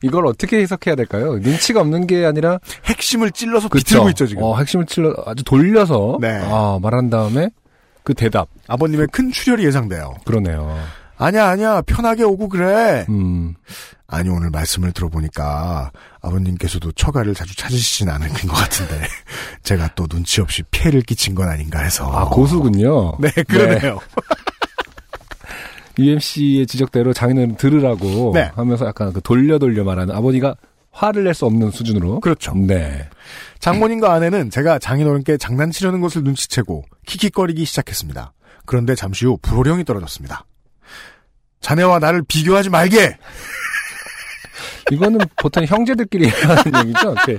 이걸 어떻게 해석해야 될까요? 눈치가 없는 게 아니라
핵심을 찔러서
그쵸?
비틀고 있죠 지금.
어, 핵심을 찔러 아주 돌려서
네.
아, 말한 다음에 그 대답
아버님의 큰 출혈이 예상돼요.
그러네요.
아니야 아니야 편하게 오고 그래.
음,
아니 오늘 말씀을 들어보니까 아버님께서도 처가를 자주 찾으시진 않은 것 같은데 제가 또 눈치 없이 피해를 끼친 건 아닌가 해서
아 고수군요.
어. 네 그러네요
UMC의 지적대로 장인은 들으라고
네.
하면서 약간 그 돌려 돌려 말하는 아버지가 화를 낼 수 없는 수준으로
그렇죠.
네.
장모님과 아내는 제가 장인어른께 장난치려는 것을 눈치채고 킥킥거리기 시작했습니다 그런데 잠시 후 불호령이 떨어졌습니다 자네와 나를 비교하지 말게
이거는 보통 형제들끼리 하는 얘기죠. 이렇게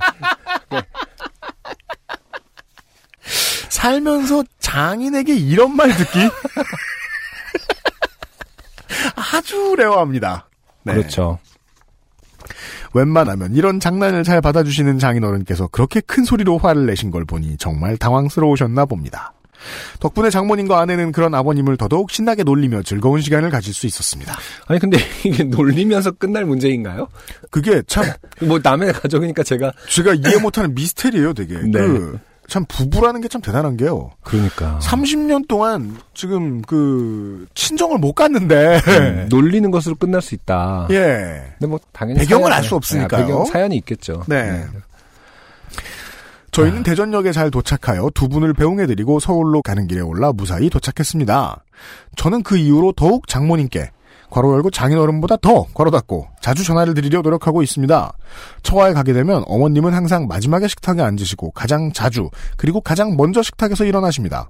살면서 장인에게 이런 말 듣기 아주 레어합니다 네.
그렇죠.
웬만하면 이런 장난을 잘 받아주시는 장인어른께서 그렇게 큰 소리로 화를 내신 걸 보니 정말 당황스러우셨나 봅니다. 덕분에 장모님과 아내는 그런 아버님을 더더욱 신나게 놀리며 즐거운 시간을 가질 수 있었습니다.
아니 근데 이게 놀리면서 끝날 문제인가요?
그게 참
뭐 남의 가족이니까 제가
제가 이해 못하는 미스테리예요, 되게.
네.
그, 참 부부라는 게 참 대단한 게요.
그러니까
30년 동안 지금 그 친정을 못 갔는데
음, 놀리는 것으로 끝날 수 있다.
네. 예.
근데 뭐 당연히
배경을
사연이-
알수 없으니까요.
아, 배경 사연이 있겠죠.
네. 저희는 대전역에 잘 도착하여 두 분을 배웅해드리고 서울로 가는 길에 올라 무사히 도착했습니다. 저는 그 이후로 더욱 장모님께 괄호 열고 장인어른보다 더 괄호 닫고 자주 전화를 드리려 노력하고 있습니다. 처와에 가게 되면 어머님은 항상 마지막에 식탁에 앉으시고 가장 자주 그리고 가장 먼저 식탁에서 일어나십니다.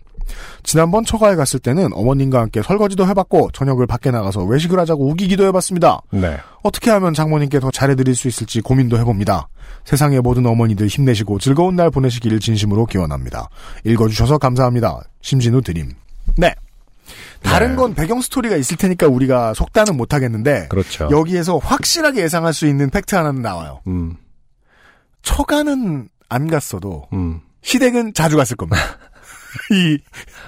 지난번 처가에 갔을 때는 어머님과 함께 설거지도 해봤고 저녁을 밖에 나가서 외식을 하자고 우기기도 해봤습니다.
네.
어떻게 하면 장모님께 더 잘해드릴 수 있을지 고민도 해봅니다. 세상의 모든 어머니들 힘내시고 즐거운 날 보내시기를 진심으로 기원합니다. 읽어주셔서 감사합니다. 심진우 드림. 네. 다른
네.
건 배경 스토리가 있을 테니까 우리가 속단은 못하겠는데
그렇죠.
여기에서 확실하게 예상할 수 있는 팩트 하나는 나와요.
음,
처가는 안 갔어도
음.
시댁은 자주 갔을 겁니다. 이,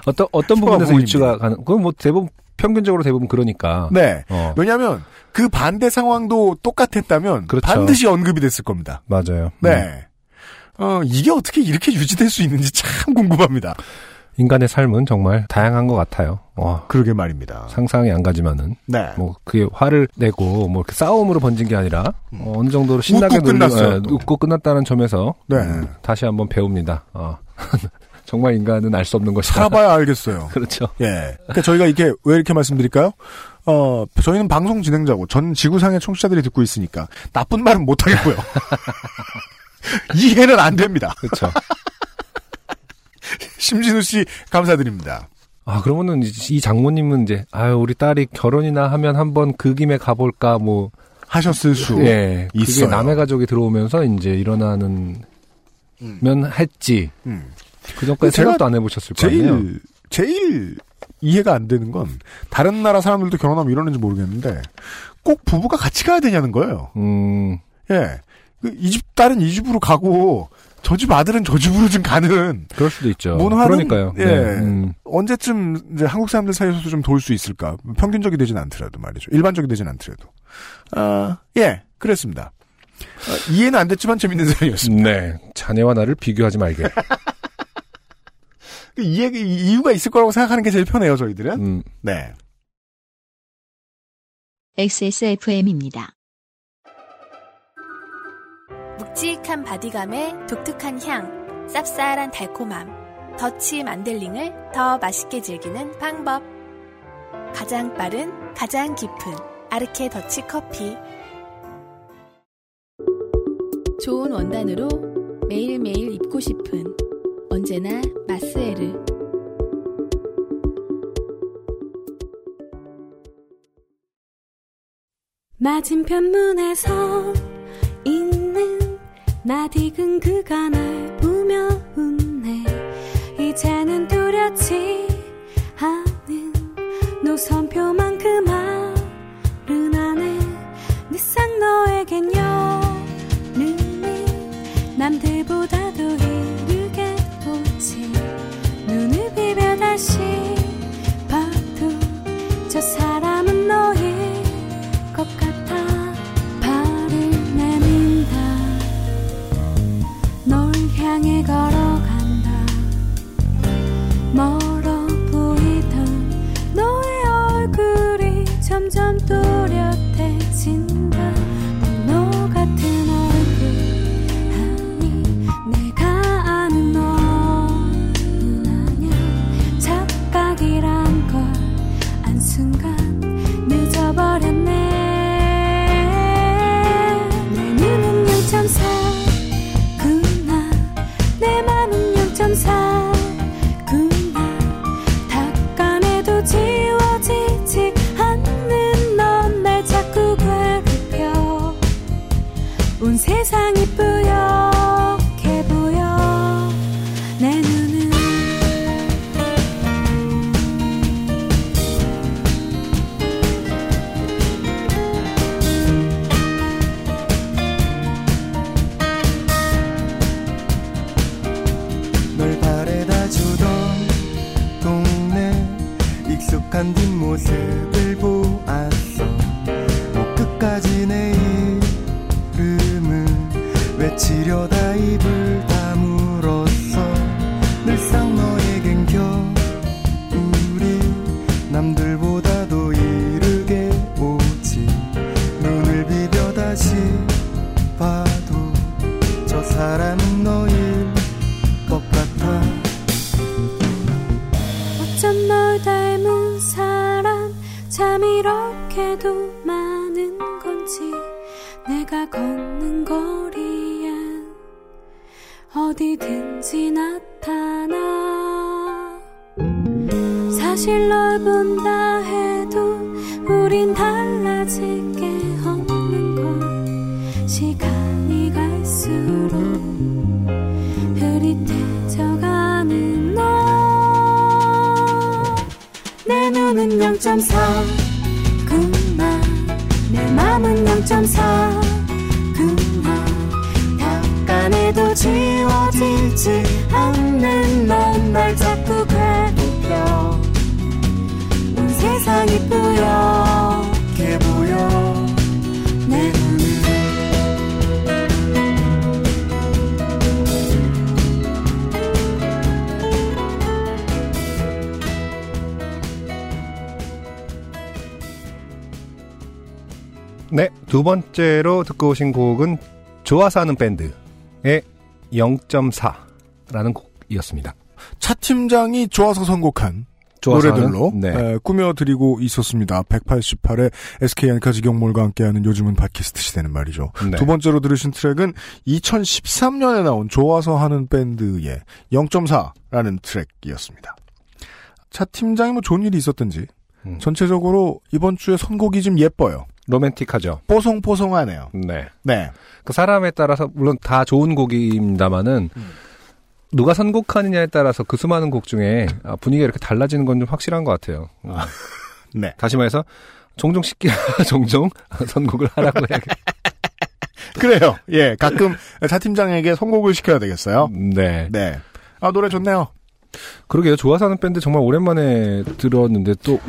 어떤, 어떤
소가
부분에서
모임이네.
일치가 가는, 그건 뭐 대부분, 평균적으로 대부분 그러니까.
네.
어,
왜냐하면 그 반대 상황도 똑같았다면
그렇죠.
반드시 언급이 됐을 겁니다.
맞아요. 음.
네. 어, 이게 어떻게 이렇게 유지될 수 있는지 참 궁금합니다.
인간의 삶은 정말 다양한 것 같아요. 와,
그러게 말입니다.
상상이 안 가지만은.
네.
뭐 그게 화를 내고 뭐 이렇게 싸움으로 번진 게 아니라 어, 어느 정도로 신나게
웃고
놀리고,
끝났어요,
예,
또.
웃고 끝났다는 점에서
네.
음, 다시 한번 배웁니다. 어. 정말 인간은 알 수 없는 것이다.
살아봐야 알겠어요.
그렇죠.
예. 그러니까 저희가 이렇게 왜 이렇게 말씀드릴까요? 어, 저희는 방송 진행자고 전 지구상의 청취자들이 듣고 있으니까 나쁜 말은 못 하겠고요. 이해는 안 됩니다.
그렇죠.
심진우 씨 감사드립니다.
아 그러면은 이- 이 장모님은 이제 아유 우리 딸이 결혼이나 하면 한번 그 김에 가볼까 뭐
하셨을 수.
예, 그게
있어요.
남의 가족이 들어오면서 이제 일어나는 면 했지.
음.
그 전까지
제가
생각도 안 해보셨을 거 아니에요.
제일 제일 이해가 안 되는 건 다른 나라 사람들도 결혼하면 이러는지 모르겠는데 꼭 부부가 같이 가야 되냐는 거예요.
음,
예. 그 이 집 딸은 이 집으로 가고 저 집 아들은 저 집으로 좀 가는
그럴 수도 있죠.
문화는
그러니까요.
예.
네, 음.
언제쯤 이제 한국 사람들 사이에서도 좀 도울 수 있을까? 평균적이 되진 않더라도 말이죠. 일반적이 되진 않더라도. 아, 예. 그랬습니다. 아, 이해는 안 됐지만 재밌는 사연이었습니다.
네, 자네와 나를 비교하지 말게.
그 이해 이유가 있을 거라고 생각하는 게 제일 편해요, 저희들은.
음.
네.
XSFM입니다.
묵직한 바디감에 독특한 향, 쌉쌀한 달콤함, 더치 만델링을 더 맛있게 즐기는 방법. 가장 빠른, 가장 깊은 아르케 더치 커피. 좋은 원단으로 매일매일 입고 싶은 언제나 마스에르.
맞은편 문에서 있는 나디근 그가 날 보며 웃네 이제는 두렵지 않은 노선표만큼 그 말은 안해 늘상 너에겐 여름이 남들보다도 이르게 오지 눈을 비벼 다시 봐도 저 사람은 너의 것 같아 발을 내민다 널 향해 걸어간다 멀어 보이던 너의 얼굴이 점점 또렷해진다 너 같은 얼굴 아니 내가 아는 너는 아냐 착각이란 걸 안 순간 늦어버렸네 내 눈은 0.4구나 내 맘은 0.4구나 닦아내도 지워지지 않는 넌 날 자꾸 괴롭혀 온 세상이 뿌옇게 보여 내 눈은
널 바래다 주던 동네 익숙한 뒷모습을 보았어 목 끝까지 내 이름을 외치려다 입을 다물었어 늘상 너에겐 겨울이 남들보다도 이르게 오지 눈을 비벼 다시 봐도 저 사람은 너일 것 같아
어쩜 널 닮은 사람 참 이렇게도 많은 건지 내가 걷는 거리엔 어디든지 나타나 사실 널 본다 해도 우린 달라질 게 없는 걸 시간이 갈수록 흐릿해져가는 너내 눈은 0.3 그만 내 맘은 0.4 그만 닦아내도 지워지지 않는 넌 날 자꾸 괴롭혀 온 세상이 뿌옇게 보여 내 눈은
네, 두 번째로 듣고 오신 곡은 좋아서 하는 밴드의 0.4라는 곡이었습니다.
차 팀장이 좋아서 선곡한
좋아서
노래들로
하는? 네.
에, 꾸며드리고 있었습니다. 188회 SK 안카 직영몰과 함께하는 요즘은 팟캐스트 시대는 말이죠.
네.
두 번째로 들으신 트랙은 2013년에 나온 좋아서 하는 밴드의 0.4라는 트랙이었습니다. 차 팀장이 뭐 좋은 일이 있었든지
음.
전체적으로 이번 주에 선곡이 좀 예뻐요.
로맨틱하죠.
뽀송뽀송하네요.
네.
네.
그 사람에 따라서 물론 다 좋은 곡입니다만은 누가 선곡하느냐에 따라서 그 수많은 곡 중에 아, 분위기가 이렇게 달라지는 건 좀 확실한 것 같아요. 음.
네.
다시 말해서 종종 씻기라 종종 선곡을 하라고 해야
그래요. 예. 가끔 차 팀장에게 선곡을 시켜야 되겠어요.
네.
네. 아, 노래 좋네요.
그러게요. 좋아서 하는 밴드 정말 오랜만에 들었는데 또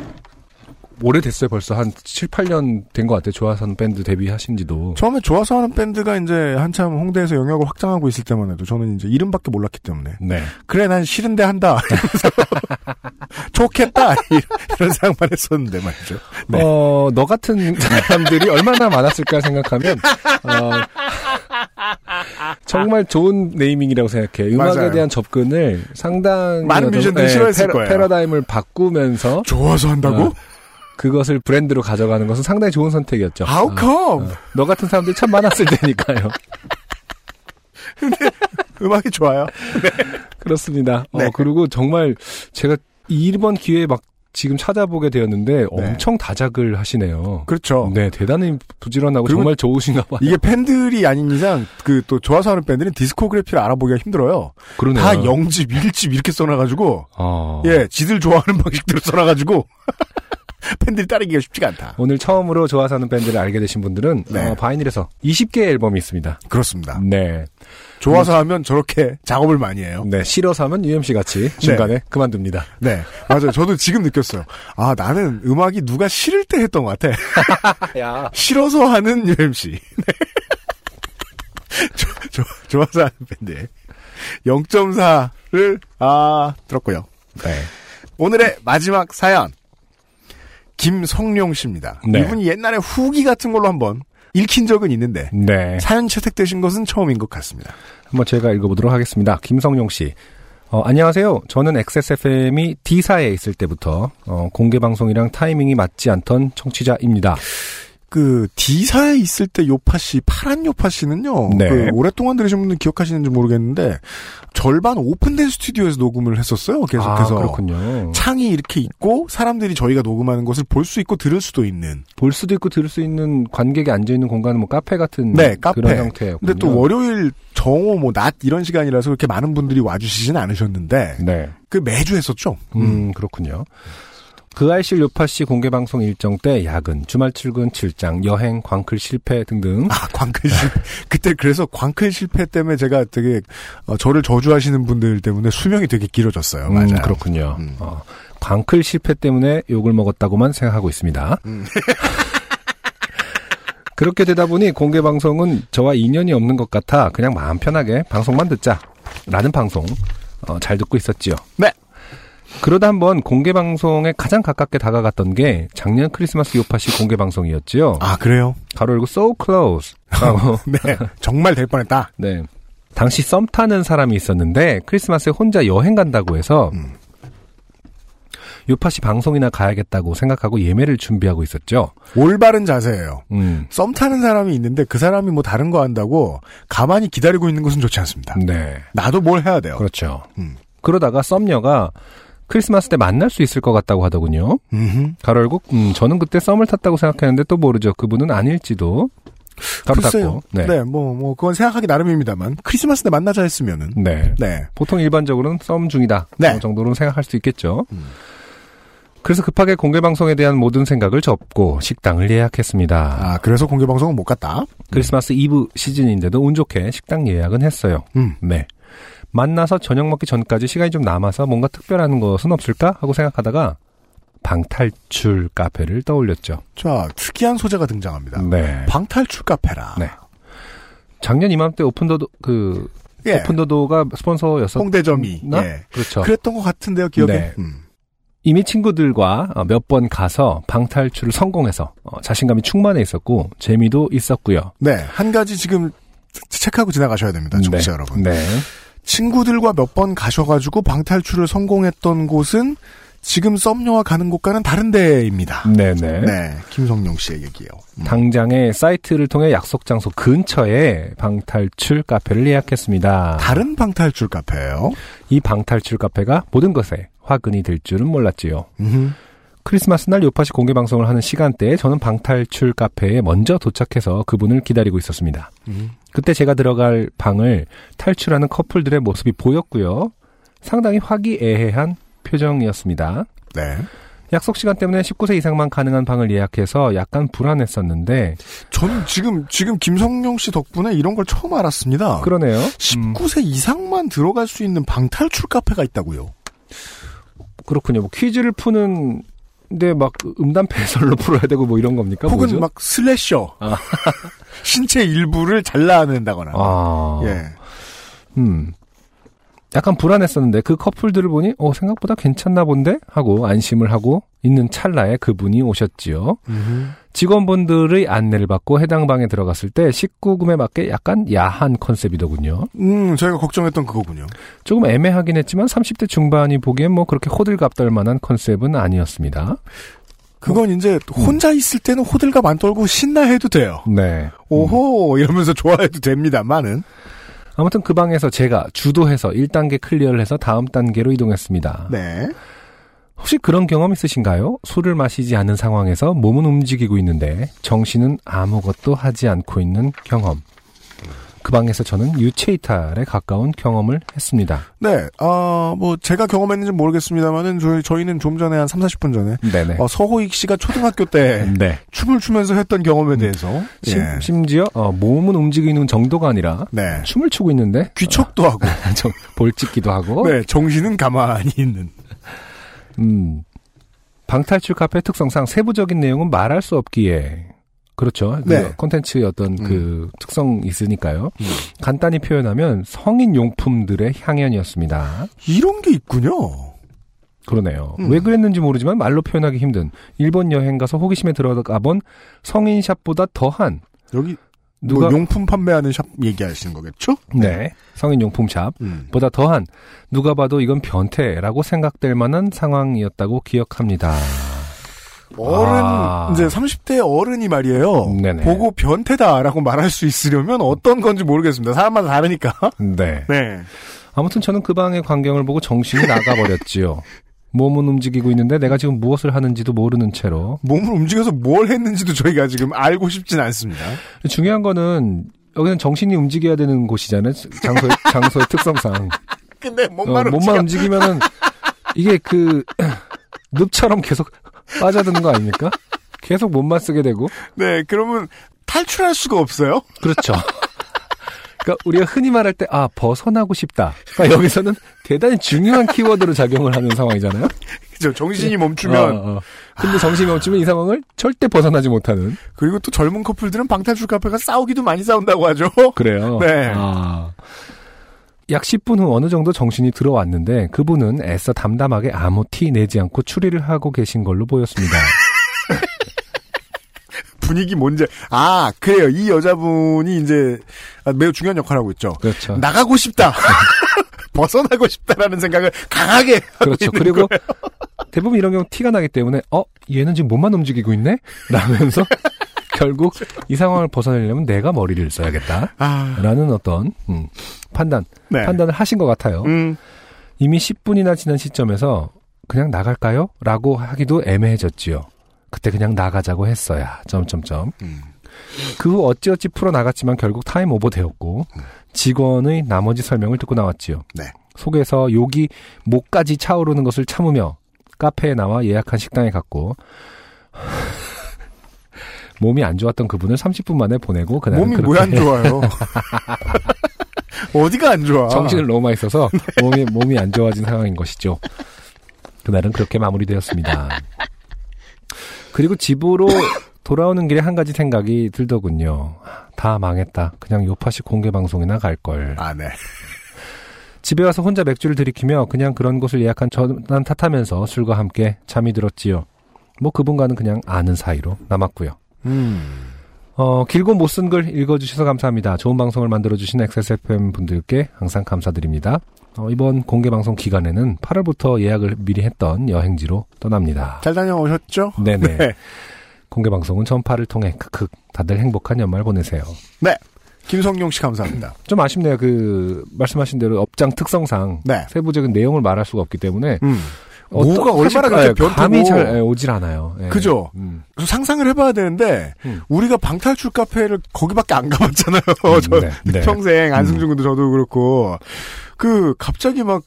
오래됐어요. 벌써 한 7, 8년 된 것 같아요. 좋아서 하는 밴드 데뷔하신 지도.
처음에 좋아서 하는 밴드가 이제 한참 홍대에서 영역을 확장하고 있을 때만 해도 저는 이제 이름밖에 몰랐기 때문에
네.
그래 난 싫은데 한다 이러면서 좋겠다 이런 생각만 했었는데 말이죠 네.
어, 너 같은 사람들이 얼마나 많았을까 생각하면, 어, 정말 좋은 네이밍이라고 생각해. 음악에
맞아요.
대한 접근을 상당히.
많은
어떤-
뮤지션들이
네,
싫어했을
패러-
거예요.
패러다임을 바꾸면서
좋아서 한다고?
어, 그것을 브랜드로 가져가는 것은 상당히 좋은 선택이었죠.
How
어,
come?
어, 너 같은 사람들이 참 많았을 테니까요.
음악이 좋아요
그렇습니다.
네.
어, 그리고 정말 제가 이번 기회에 막 지금 찾아보게 되었는데 엄청 다작을 하시네요.
네. 그렇죠
네, 대단히 부지런하고
그리고
정말 좋으신가 봐요.
이게 팬들이 아닌 이상 그 또 좋아서 하는 밴드는 디스코그래피를 알아보기가 힘들어요
그러네요.
다 영집 일집 이렇게 써놔가지고
어.
예 지들 좋아하는 방식대로 써놔가지고 팬들이 따르기가 쉽지가 않다
오늘 처음으로 좋아서 하는 밴드를 알게 되신 분들은
네. 아,
어, 바이닐에서 20개의 앨범이 있습니다.
그렇습니다
네.
좋아서 하면 저렇게 작업을 많이 해요
네, 싫어서 하면 UMC 같이 중간에 그만둡니다.
네, 맞아요. 저도 지금 느꼈어요. 아, 나는 음악이 누가 싫을 때 했던 것 같아.
야.
싫어서 하는 UMC. 네. 조, 조, 좋아서 하는 밴드. 0.4를, 아, 들었고요.
네.
오늘의 마지막 사연. 김성룡 씨입니다.
네.
이분이 옛날에 후기 같은 걸로 한번 읽힌 적은 있는데,
네.
사연 채택되신 것은 처음인 것 같습니다.
한번 제가 읽어보도록 하겠습니다. 김성용 씨. 어, 안녕하세요. 저는 XSFM이 D사에 있을 때부터 어, 공개 방송이랑 타이밍이 맞지 않던 청취자입니다.
그, D사에 있을 때 요파 씨, 파란 요파 씨는요.
네.
그 오랫동안 들으신 분들 기억하시는지 모르겠는데, 절반 오픈된 스튜디오에서 녹음을 했었어요. 계속해서.
아, 그렇군요.
창이 이렇게 있고, 사람들이 저희가 녹음하는 것을 볼 수 있고 들을 수도 있는.
볼 수도 있고 들을 수 있는 관객이 앉아 있는 공간은 뭐 카페 같은
네, 카페.
그런 형태예요.
근데 또 월요일, 정오, 뭐, 낮 이런 시간이라서 그렇게 많은 분들이 와주시진 않으셨는데,
네.
그 매주 했었죠.
음, 그렇군요. 그 아이실 요파 씨 공개 방송 일정 때 야근, 주말 출근 출장, 여행, 광클 실패 등등.
아, 광클 실패. 그때 그래서 광클 실패 때문에 제가 되게, 어, 저를 저주하시는 분들 때문에 수명이 되게 길어졌어요.
음,
맞아요.
그렇군요.
음.
어, 광클 실패 때문에 욕을 먹었다고만 생각하고 있습니다.
음.
그렇게 되다 보니 공개 방송은 저와 인연이 없는 것 같아 그냥 마음 편하게 방송만 듣자. 라는 방송 어, 잘 듣고 있었지요.
네.
그러다 한번 공개 방송에 가장 가깝게 다가갔던 게 작년 크리스마스 요파시 공개 방송이었지요.
아, 그래요?
가로 열고 so close. 라고
네, 정말 될 뻔했다.
네. 당시 썸 타는 사람이 있었는데 크리스마스에 혼자 여행 간다고 해서
음.
요파 씨 방송이나 가야겠다고 생각하고 예매를 준비하고 있었죠.
올바른 자세예요.
음.
썸 타는 사람이 있는데 그 사람이 뭐 다른 거 한다고 가만히
음.
기다리고 있는 것은 좋지 않습니다.
네.
나도 뭘 해야 돼요.
그렇죠.
음.
그러다가 썸녀가 크리스마스 때 만날 수 있을 것 같다고 하더군요.
음.
가로 열고 음, 저는 그때 썸을 탔다고 생각했는데 또 모르죠. 그분은 아닐지도. 가로
글쎄요.
닫고.
네.
네.
뭐, 뭐, 그건 생각하기 나름입니다만. 크리스마스 때 만나자 했으면은.
네.
네.
보통 일반적으로는 썸 중이다.
네.
그 정도로는 생각할 수 있겠죠.
음.
그래서 급하게 공개 방송에 대한 모든 생각을 접고 식당을 예약했습니다.
아, 네. 그래서 공개방송은 못 갔다.
크리스마스 이브 시즌인데도 운 좋게 식당 예약은 했어요.
음.
네. 만나서 저녁 먹기 전까지 시간이 좀 남아서 뭔가 특별한 것은 없을까 하고 생각하다가 방탈출 카페를 떠올렸죠.
자, 특이한 소재가 등장합니다.
네.
방탈출 카페라.
네. 작년 이맘때 오픈더도 그
예.
오픈더도가 스폰서였었나?
홍대점이. 예.
그렇죠.
그랬던 것 같은데요, 기억에.
네.
음.
이미 친구들과 어, 몇 번 가서 방탈출을 성공해서 어, 자신감이 충만해 있었고 재미도 있었고요.
네. 한 가지 지금 체크하고 지나가셔야 됩니다, 정치 자 여러분.
네.
친구들과 몇 번 가셔가지고 방탈출을 성공했던 곳은 지금 썸녀와 가는 곳과는 다른 데입니다.
네, 네.
네, 김성룡 씨의 얘기예요. 음.
당장에 사이트를 통해 약속 장소 근처에 방탈출 카페를 예약했습니다.
다른 방탈출 카페예요.
이 방탈출 카페가 모든 것에 화근이 될 줄은 몰랐지요.
음.
크리스마스 날 요파시 공개 방송을 하는 시간대에 저는 방탈출 카페에 먼저 도착해서 그분을 기다리고 있었습니다.
음.
그때 제가 들어갈 방을 탈출하는 커플들의 모습이 보였고요. 상당히 화기애애한 표정이었습니다.
네.
약속 시간 때문에 19세 이상만 가능한 방을 예약해서 약간 불안했었는데
전 지금 지금 김성룡 씨 덕분에 이런 걸 처음 알았습니다.
그러네요. 음,
19세 이상만 들어갈 수 있는 방탈출 카페가 있다고요.
그렇군요. 뭐 퀴즈를 푸는 데막 음담 해설로 풀어야 되고 뭐 이런 겁니까?
혹은
뭐죠?
막 슬래셔
아.
신체 일부를 잘라낸다거나.
아.
예.
음. 약간 불안했었는데 그 커플들을 보니 어 생각보다 괜찮나 본데 하고 안심을 하고 있는 찰나에 그분이 오셨지요. 직원분들의 안내를 받고 해당 방에 들어갔을 때 19금에 맞게 약간 야한 컨셉이더군요.
음, 저희가 걱정했던 그거군요.
조금 애매하긴 했지만 30대 중반이 보기엔 뭐 그렇게 호들갑떨 만한 컨셉은 아니었습니다.
그건
뭐.
이제 혼자 있을 때는 호들갑 안 떨고 신나해도 돼요.
네.
오호 이러면서 좋아해도 됩니다만은
아무튼 그 방에서 제가 주도해서 1단계 클리어를 해서 다음 단계로 이동했습니다.
네
혹시 그런 경험 있으신가요? 술을 마시지 않은 상황에서 몸은 움직이고 있는데 정신은 아무것도 하지 않고 있는 경험. 그 방에서 저는 유체 이탈에 가까운 경험을 했습니다.
네, 아, 뭐, 제가 경험했는지 모르겠습니다만은, 저희, 저희는 좀 전에 한 30분 전에,
네네.
어, 서호익 씨가 초등학교 때
네.
춤을 추면서 했던 경험에 대해서,
음. 심,
예.
심지어 어, 몸은 움직이는 정도가 아니라
네.
춤을 추고 있는데 아.
귀척도 하고,
좀 볼찍기도 하고
네, 정신은 가만히 있는.
음, 방탈출 카페 특성상 세부적인 내용은 말할 수 없기에 그렇죠. 그
네. 음.
콘텐츠의 어떤 그 특성이 있으니까요. 간단히 표현하면 성인 용품들의 향연이었습니다.
이런 게 있군요.
그러네요.
음.
왜 그랬는지 모르지만 말로 표현하기 힘든 일본 여행 가서 호기심에 들어가본 성인샵보다 더한
여기,
누가
뭐 용품 판매하는 샵 얘기하시는 거겠죠?
네 성인 용품샵
음.
보다 더한 누가 봐도 이건 변태라고 생각될 만한 상황이었다고 기억합니다.
어른,
아.
이제 30대 어른이 말이에요.
네네.
보고 변태다라고 말할 수 있으려면 어떤 건지 모르겠습니다. 사람마다 다르니까.
네.
네.
아무튼 저는 그 방의 광경을 보고 정신이 나가버렸지요. 몸은 움직이고 있는데 내가 지금 무엇을 하는지도 모르는 채로.
몸을 움직여서 뭘 했는지도 저희가 지금 알고 싶진 않습니다.
중요한 거는 여기는 정신이 움직여야 되는 곳이잖아요. 장소의, 장소의 특성상.
근데
어, 몸만 움직이면은 이게 그 늪처럼 계속 빠져드는 거 아닙니까? 계속 몸만 쓰게 되고.
네, 그러면 탈출할 수가 없어요.
그렇죠. 그러니까 우리가 흔히 말할 때 아 벗어나고 싶다. 그러니까 여기서는 대단히 중요한 키워드로 작용을 하는 상황이잖아요.
그죠? 정신이 멈추면
어, 어. 근데 정신이 멈추면 이 상황을 절대 벗어나지 못하는.
그리고 또 젊은 커플들은 방탈출 카페가 싸우기도 많이 싸운다고 하죠.
그래요.
네.
아. 약 10분 후 어느 정도 정신이 들어왔는데 그분은 애써 담담하게 아무 티 내지 않고 추리를 하고 계신 걸로 보였습니다.
분위기 뭔지 아 그래요. 이 여자분이 이제 아, 매우 중요한 역할을 하고 있죠.
그렇죠.
나가고 싶다. 벗어나고 싶다라는 생각을 강하게
그렇죠. 그리고 대부분 이런 경우 티가 나기 때문에 어 얘는 지금 몸만 움직이고 있네 라면서 결국 이 상황을 벗어나려면 내가 머리를 써야겠다라는
아,
어떤 음, 판단
네.
판단을 하신 것 같아요.
음,
이미 10분이나 지난 시점에서 그냥 나갈까요? 라고 하기도 애매해졌지요. 그때 그냥 나가자고 했어야. 점점점.
음.
그 후 어찌어찌 풀어 나갔지만 결국 타임 오버 되었고 직원의 나머지 설명을 듣고 나왔지요.
음. 네.
속에서 욕이 목까지 차오르는 것을 참으며 카페에 나와 예약한 식당에 갔고 몸이 안 좋았던 그분을 30분 만에 보내고 네, 그날
몸이 왜 안 좋아요? 어디가 안 좋아?
정신을 너무 많이 써서 몸이 몸이 안 좋아진 상황인 것이죠. 그날은 그렇게 마무리되었습니다. 그리고 집으로 돌아오는 길에 한 가지 생각이 들더군요. 다 망했다. 그냥 요파시 공개 방송이나 갈 걸.
아, 네.
집에 와서 혼자 맥주를 들이키며 그냥 그런 곳을 예약한 저만 탓하면서 술과 함께 잠이 들었지요. 뭐 그분과는 그냥 아는 사이로 남았고요.
음.
어, 길고 못 쓴 글 읽어주셔서 감사합니다. 좋은 방송을 만들어주신 XSFM 분들께 항상 감사드립니다. 어, 이번 공개 방송 기간에는 8월부터 예약을 미리 했던 여행지로 떠납니다.
잘 다녀오셨죠?
네네. 공개 방송은 전파를 통해 크크 다들 행복한 연말 보내세요.
김성용 씨 감사합니다.
좀 아쉽네요. 그 말씀하신 대로 업장 특성상
네.
세부적인 내용을 말할 수가 없기 때문에
음.
어떤-
뭐가 얼마나
할 말이
그렇게 변태고.
감이 잘 예, 오질 않아요. 예.
그죠?
음.
그래서 상상을 해봐야 되는데
음.
우리가 방탈출 카페를 거기밖에 안 가봤잖아요. 저
네, 네.
평생 안승준 군도 저도 그렇고 그 갑자기 막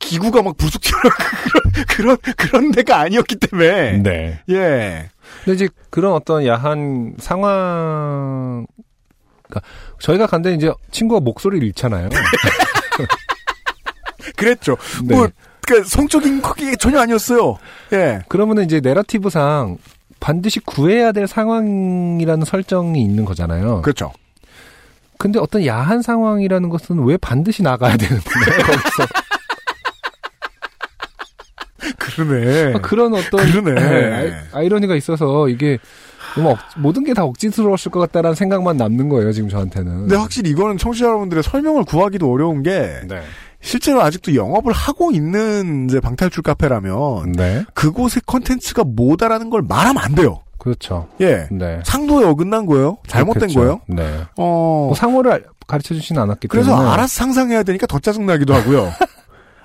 기구가 막 불쑥 튀어나오고 그런 그런 그런 데가 아니었기 때문에
네.
예
근데 이제 그런 어떤 야한 상황, 그러니까 저희가 간데 이제 친구가 목소리를
네.
잃잖아요.
그랬죠.
네.
뭐 그러니까 성적인 게 전혀 아니었어요. 예
그러면은 이제 내러티브상 반드시 구해야 될 상황이라는 설정이 있는 거잖아요.
그렇죠.
근데 어떤 야한 상황이라는 것은 왜 반드시 나가야 되는 거예요? 거기서
그러네.
아, 그런 어떤
그러네.
아이, 러니가 있어서 이게 너무 억- 모든 게 다 억지스러웠을 것 같다라는 생각만 남는 거예요 지금 저한테는.
근데 네, 확실히 이거는 청취자 여러분들의 설명을 구하기도 어려운 게
네.
실제로 아직도 영업을 하고 있는 이제 방탈출 카페라면
네.
그곳의 컨텐츠가 뭐다라는 걸 말하면 안 돼요.
그렇죠.
예.
네.
상도에 어긋난 거예요. 잘못된
그렇겠죠.
거예요.
네.
어.
뭐 상호를 가르쳐 주지는 않았기
그래서
때문에
알아서 상상해야 되니까 더 짜증나기도 하고요.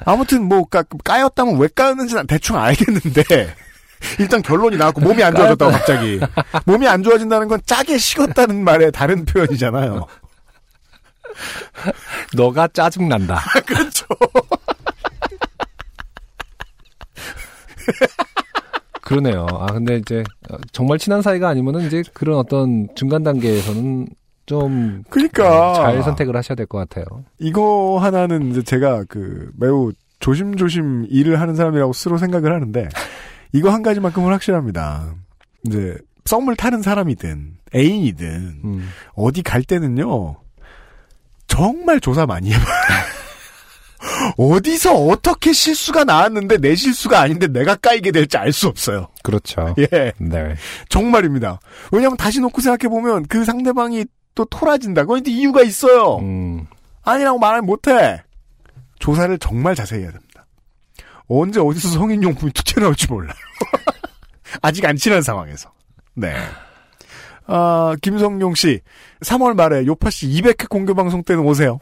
아무튼 뭐 까, 까였다면 왜 까였는지는 대충 알겠는데 일단 결론이 나왔고 몸이 안 좋아졌다고 갑자기 몸이 안 좋아진다는 건 짜게 식었다는 말의 다른 표현이잖아요.
너가 짜증 난다.
그렇죠.
그러네요. 아 근데 이제 어, 정말 친한 사이가 아니면은 이제 그런 어떤 중간 단계에서는 좀
그러니까
어, 잘 선택을 하셔야 될 것 같아요.
이거 하나는 이제 제가 그 매우 조심조심 일을 하는 사람이라고 스스로 생각을 하는데 이거 한 가지만큼은 확실합니다. 이제 썸을 타는 사람이든 애인이든
음.
어디 갈 때는요 정말 조사 많이 해봐. 어디서 어떻게 실수가 나왔는데 내 실수가 아닌데 내가 까이게 될지 알 수 없어요.
그렇죠.
예,
네.
정말입니다. 왜냐하면 다시 놓고 생각해 보면 그 상대방이 또 토라진다고 이제 이유가 있어요.
음,
아니라고 말을 못해. 조사를 정말 자세히 해야 됩니다. 언제 어디서 성인용품이 튀어나올지 몰라요. 아직 안 친한 상황에서. 네. 아, 김성용 씨. 3월 말에 요파 씨 200회 공개방송 때는 오세요.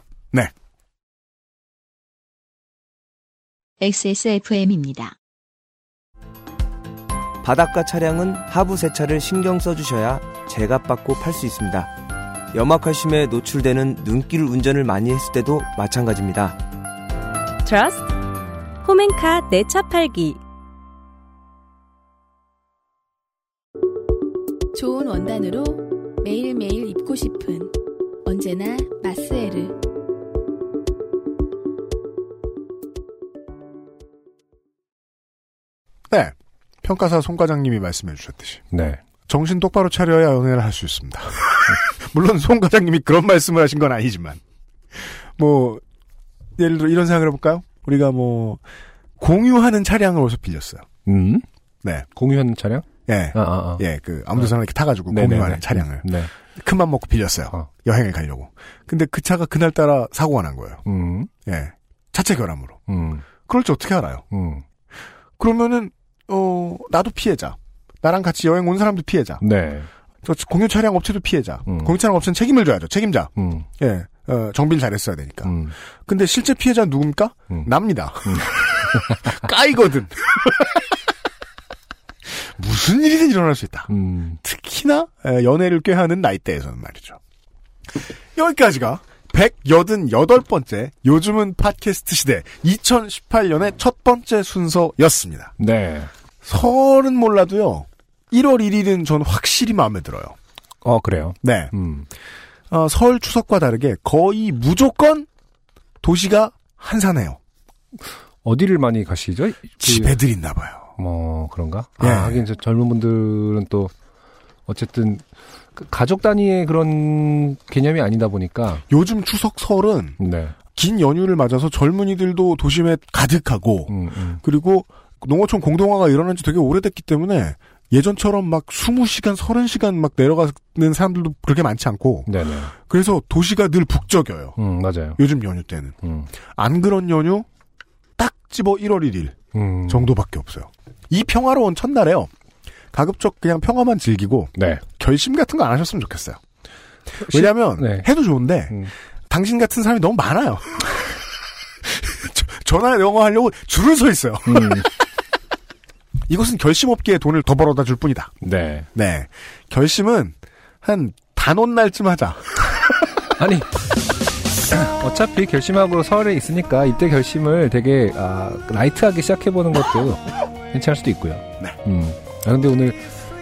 XSFM입니다.
바닷가 차량은 하부 세차를 신경 써주셔야 제값 받고 팔 수 있습니다. 염화칼슘에 노출되는 눈길 운전을 많이 했을 때도 마찬가지입니다.
Trust 홈앤카 내 차 팔기
좋은 원단으로 매일매일 입고 싶은 언제나 마스에르
네. 평가사 송과장님이 말씀해 주셨듯이.
네.
정신 똑바로 차려야 연애를 할 수 있습니다. 물론 송 과장님이 그런 말씀을 하신 건 아니지만. 뭐, 예를 들어 이런 생각을 해볼까요? 우리가 뭐, 공유하는 차량을 어디서 빌렸어요.
음.
네.
공유하는 차량?
예.
아, 아, 아.
예, 그, 아무 데서나 이렇게 타가지고
네네네.
공유하는 차량을.
네.
큰맘 먹고 빌렸어요.
어.
여행을 가려고. 근데 그 차가 그날따라 사고가 난 거예요.
음.
예. 자체 결함으로.
음.
그럴 줄 어떻게 알아요?
음.
그러면은, 어, 나도 피해자. 나랑 같이 여행 온 사람도 피해자.
네.
저 공유 차량 업체도 피해자.
음.
공유 차량 업체는 책임을 져야죠. 책임자.
음.
예. 어, 정비를 잘했어야 되니까.
음.
근데 실제 피해자는 누굽니까?
음.
납니다.
음.
까이거든. 무슨 일이든 일어날 수 있다.
음,
특히나 에, 연애를 꾀하는 나이대에서는 말이죠. 여기까지가 188번째 요즘은 팟캐스트 시대 2018년의 첫 번째 순서였습니다.
네.
설은 몰라도요. 1월 1일은 전 확실히 마음에 들어요.
어, 그래요.
네.
음,
어, 설 추석과 다르게 거의 무조건 도시가 한산해요.
어디를 많이 가시죠? 그-
집애들 있나 봐요.
뭐, 그런가?
예.
아, 하긴 저 젊은 분들은 또, 어쨌든, 그 가족 단위의 그런 개념이 아니다 보니까,
요즘 추석 설은
네.
긴 연휴를 맞아서 젊은이들도 도심에 가득하고
음, 음.
그리고 농어촌 공동화가 일어난 지 되게 오래됐기 때문에 예전처럼 막 20시간, 30시간 막 내려가는 사람들도 그렇게 많지 않고
네네.
그래서 도시가 늘 북적여요.
음, 맞아요.
요즘 연휴 때는.
음,
안 그런 연휴 딱 집어 1월 1일
음.
정도밖에 없어요. 이 평화로운 첫날에요. 가급적 그냥 평화만 즐기고
네.
결심 같은 거 안 하셨으면 좋겠어요. 왜냐하면
시- 네.
해도 좋은데
음.
당신 같은 사람이 너무 많아요. 저- 전화 영어 하려고 줄을 서 있어요.
음,
이것은 결심 업계에 돈을 더 벌어다 줄 뿐이다.
네.
네. 결심은 한 단원 날쯤 하자.
아니 어차피 결심하고 서울에 있으니까 이때 결심을 되게 아, 라이트하게 시작해보는 것도 괜찮을 수도 있고요.
네.
음. 아, 근데 오늘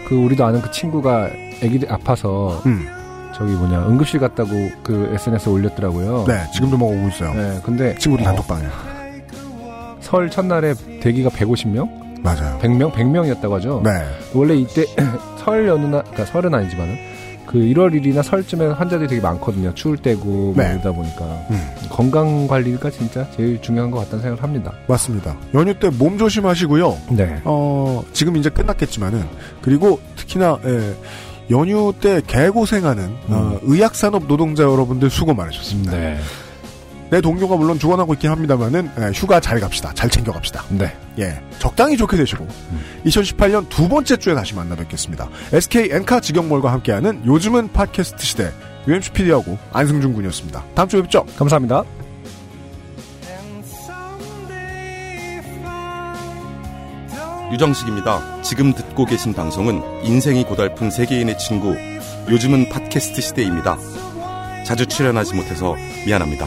그 우리도 아는 그 친구가 애기들 아파서
음.
저기 뭐냐 응급실 갔다고 그 SNS 에 올렸더라고요.
네. 지금도 막 오고 있어요.
네, 근데
친구들
어,
단톡방에.
설 첫날에 대기가 150명,
맞아요.
100명, 100명이었다고 하죠.
네.
원래 이때 설 연휴나 그러니까 설은 아니지만은 그 1월 1일이나 설쯤에 환자들이 되게 많거든요. 추울 때고
네.
그러다 보니까
음.
건강 관리가 진짜 제일 중요한 것 같다는 생각을 합니다.
맞습니다. 연휴 때 몸 조심하시고요.
네.
어, 지금 이제 끝났겠지만은 그리고 특히나 예, 연휴 때 개고생하는 어, 의약산업 노동자 여러분들 수고 많으셨습니다.
음. 네.
내 동료가 물론 주관하고 있긴 합니다만은 예, 휴가 잘 갑시다. 잘 챙겨 갑시다.
네.
예, 적당히 좋게 되시고 2018년 두 번째 주에 다시 만나 뵙겠습니다. SK 엔카 직영몰과 함께하는 요즘은 팟캐스트 시대 UMC PD하고 안승준 군이었습니다. 다음 주에 뵙죠.
감사합니다.
유정식입니다. 지금 듣고 계신 방송은 인생이 고달픈 세계인의 친구, 요즘은 팟캐스트 시대입니다. 자주 출연하지 못해서 미안합니다.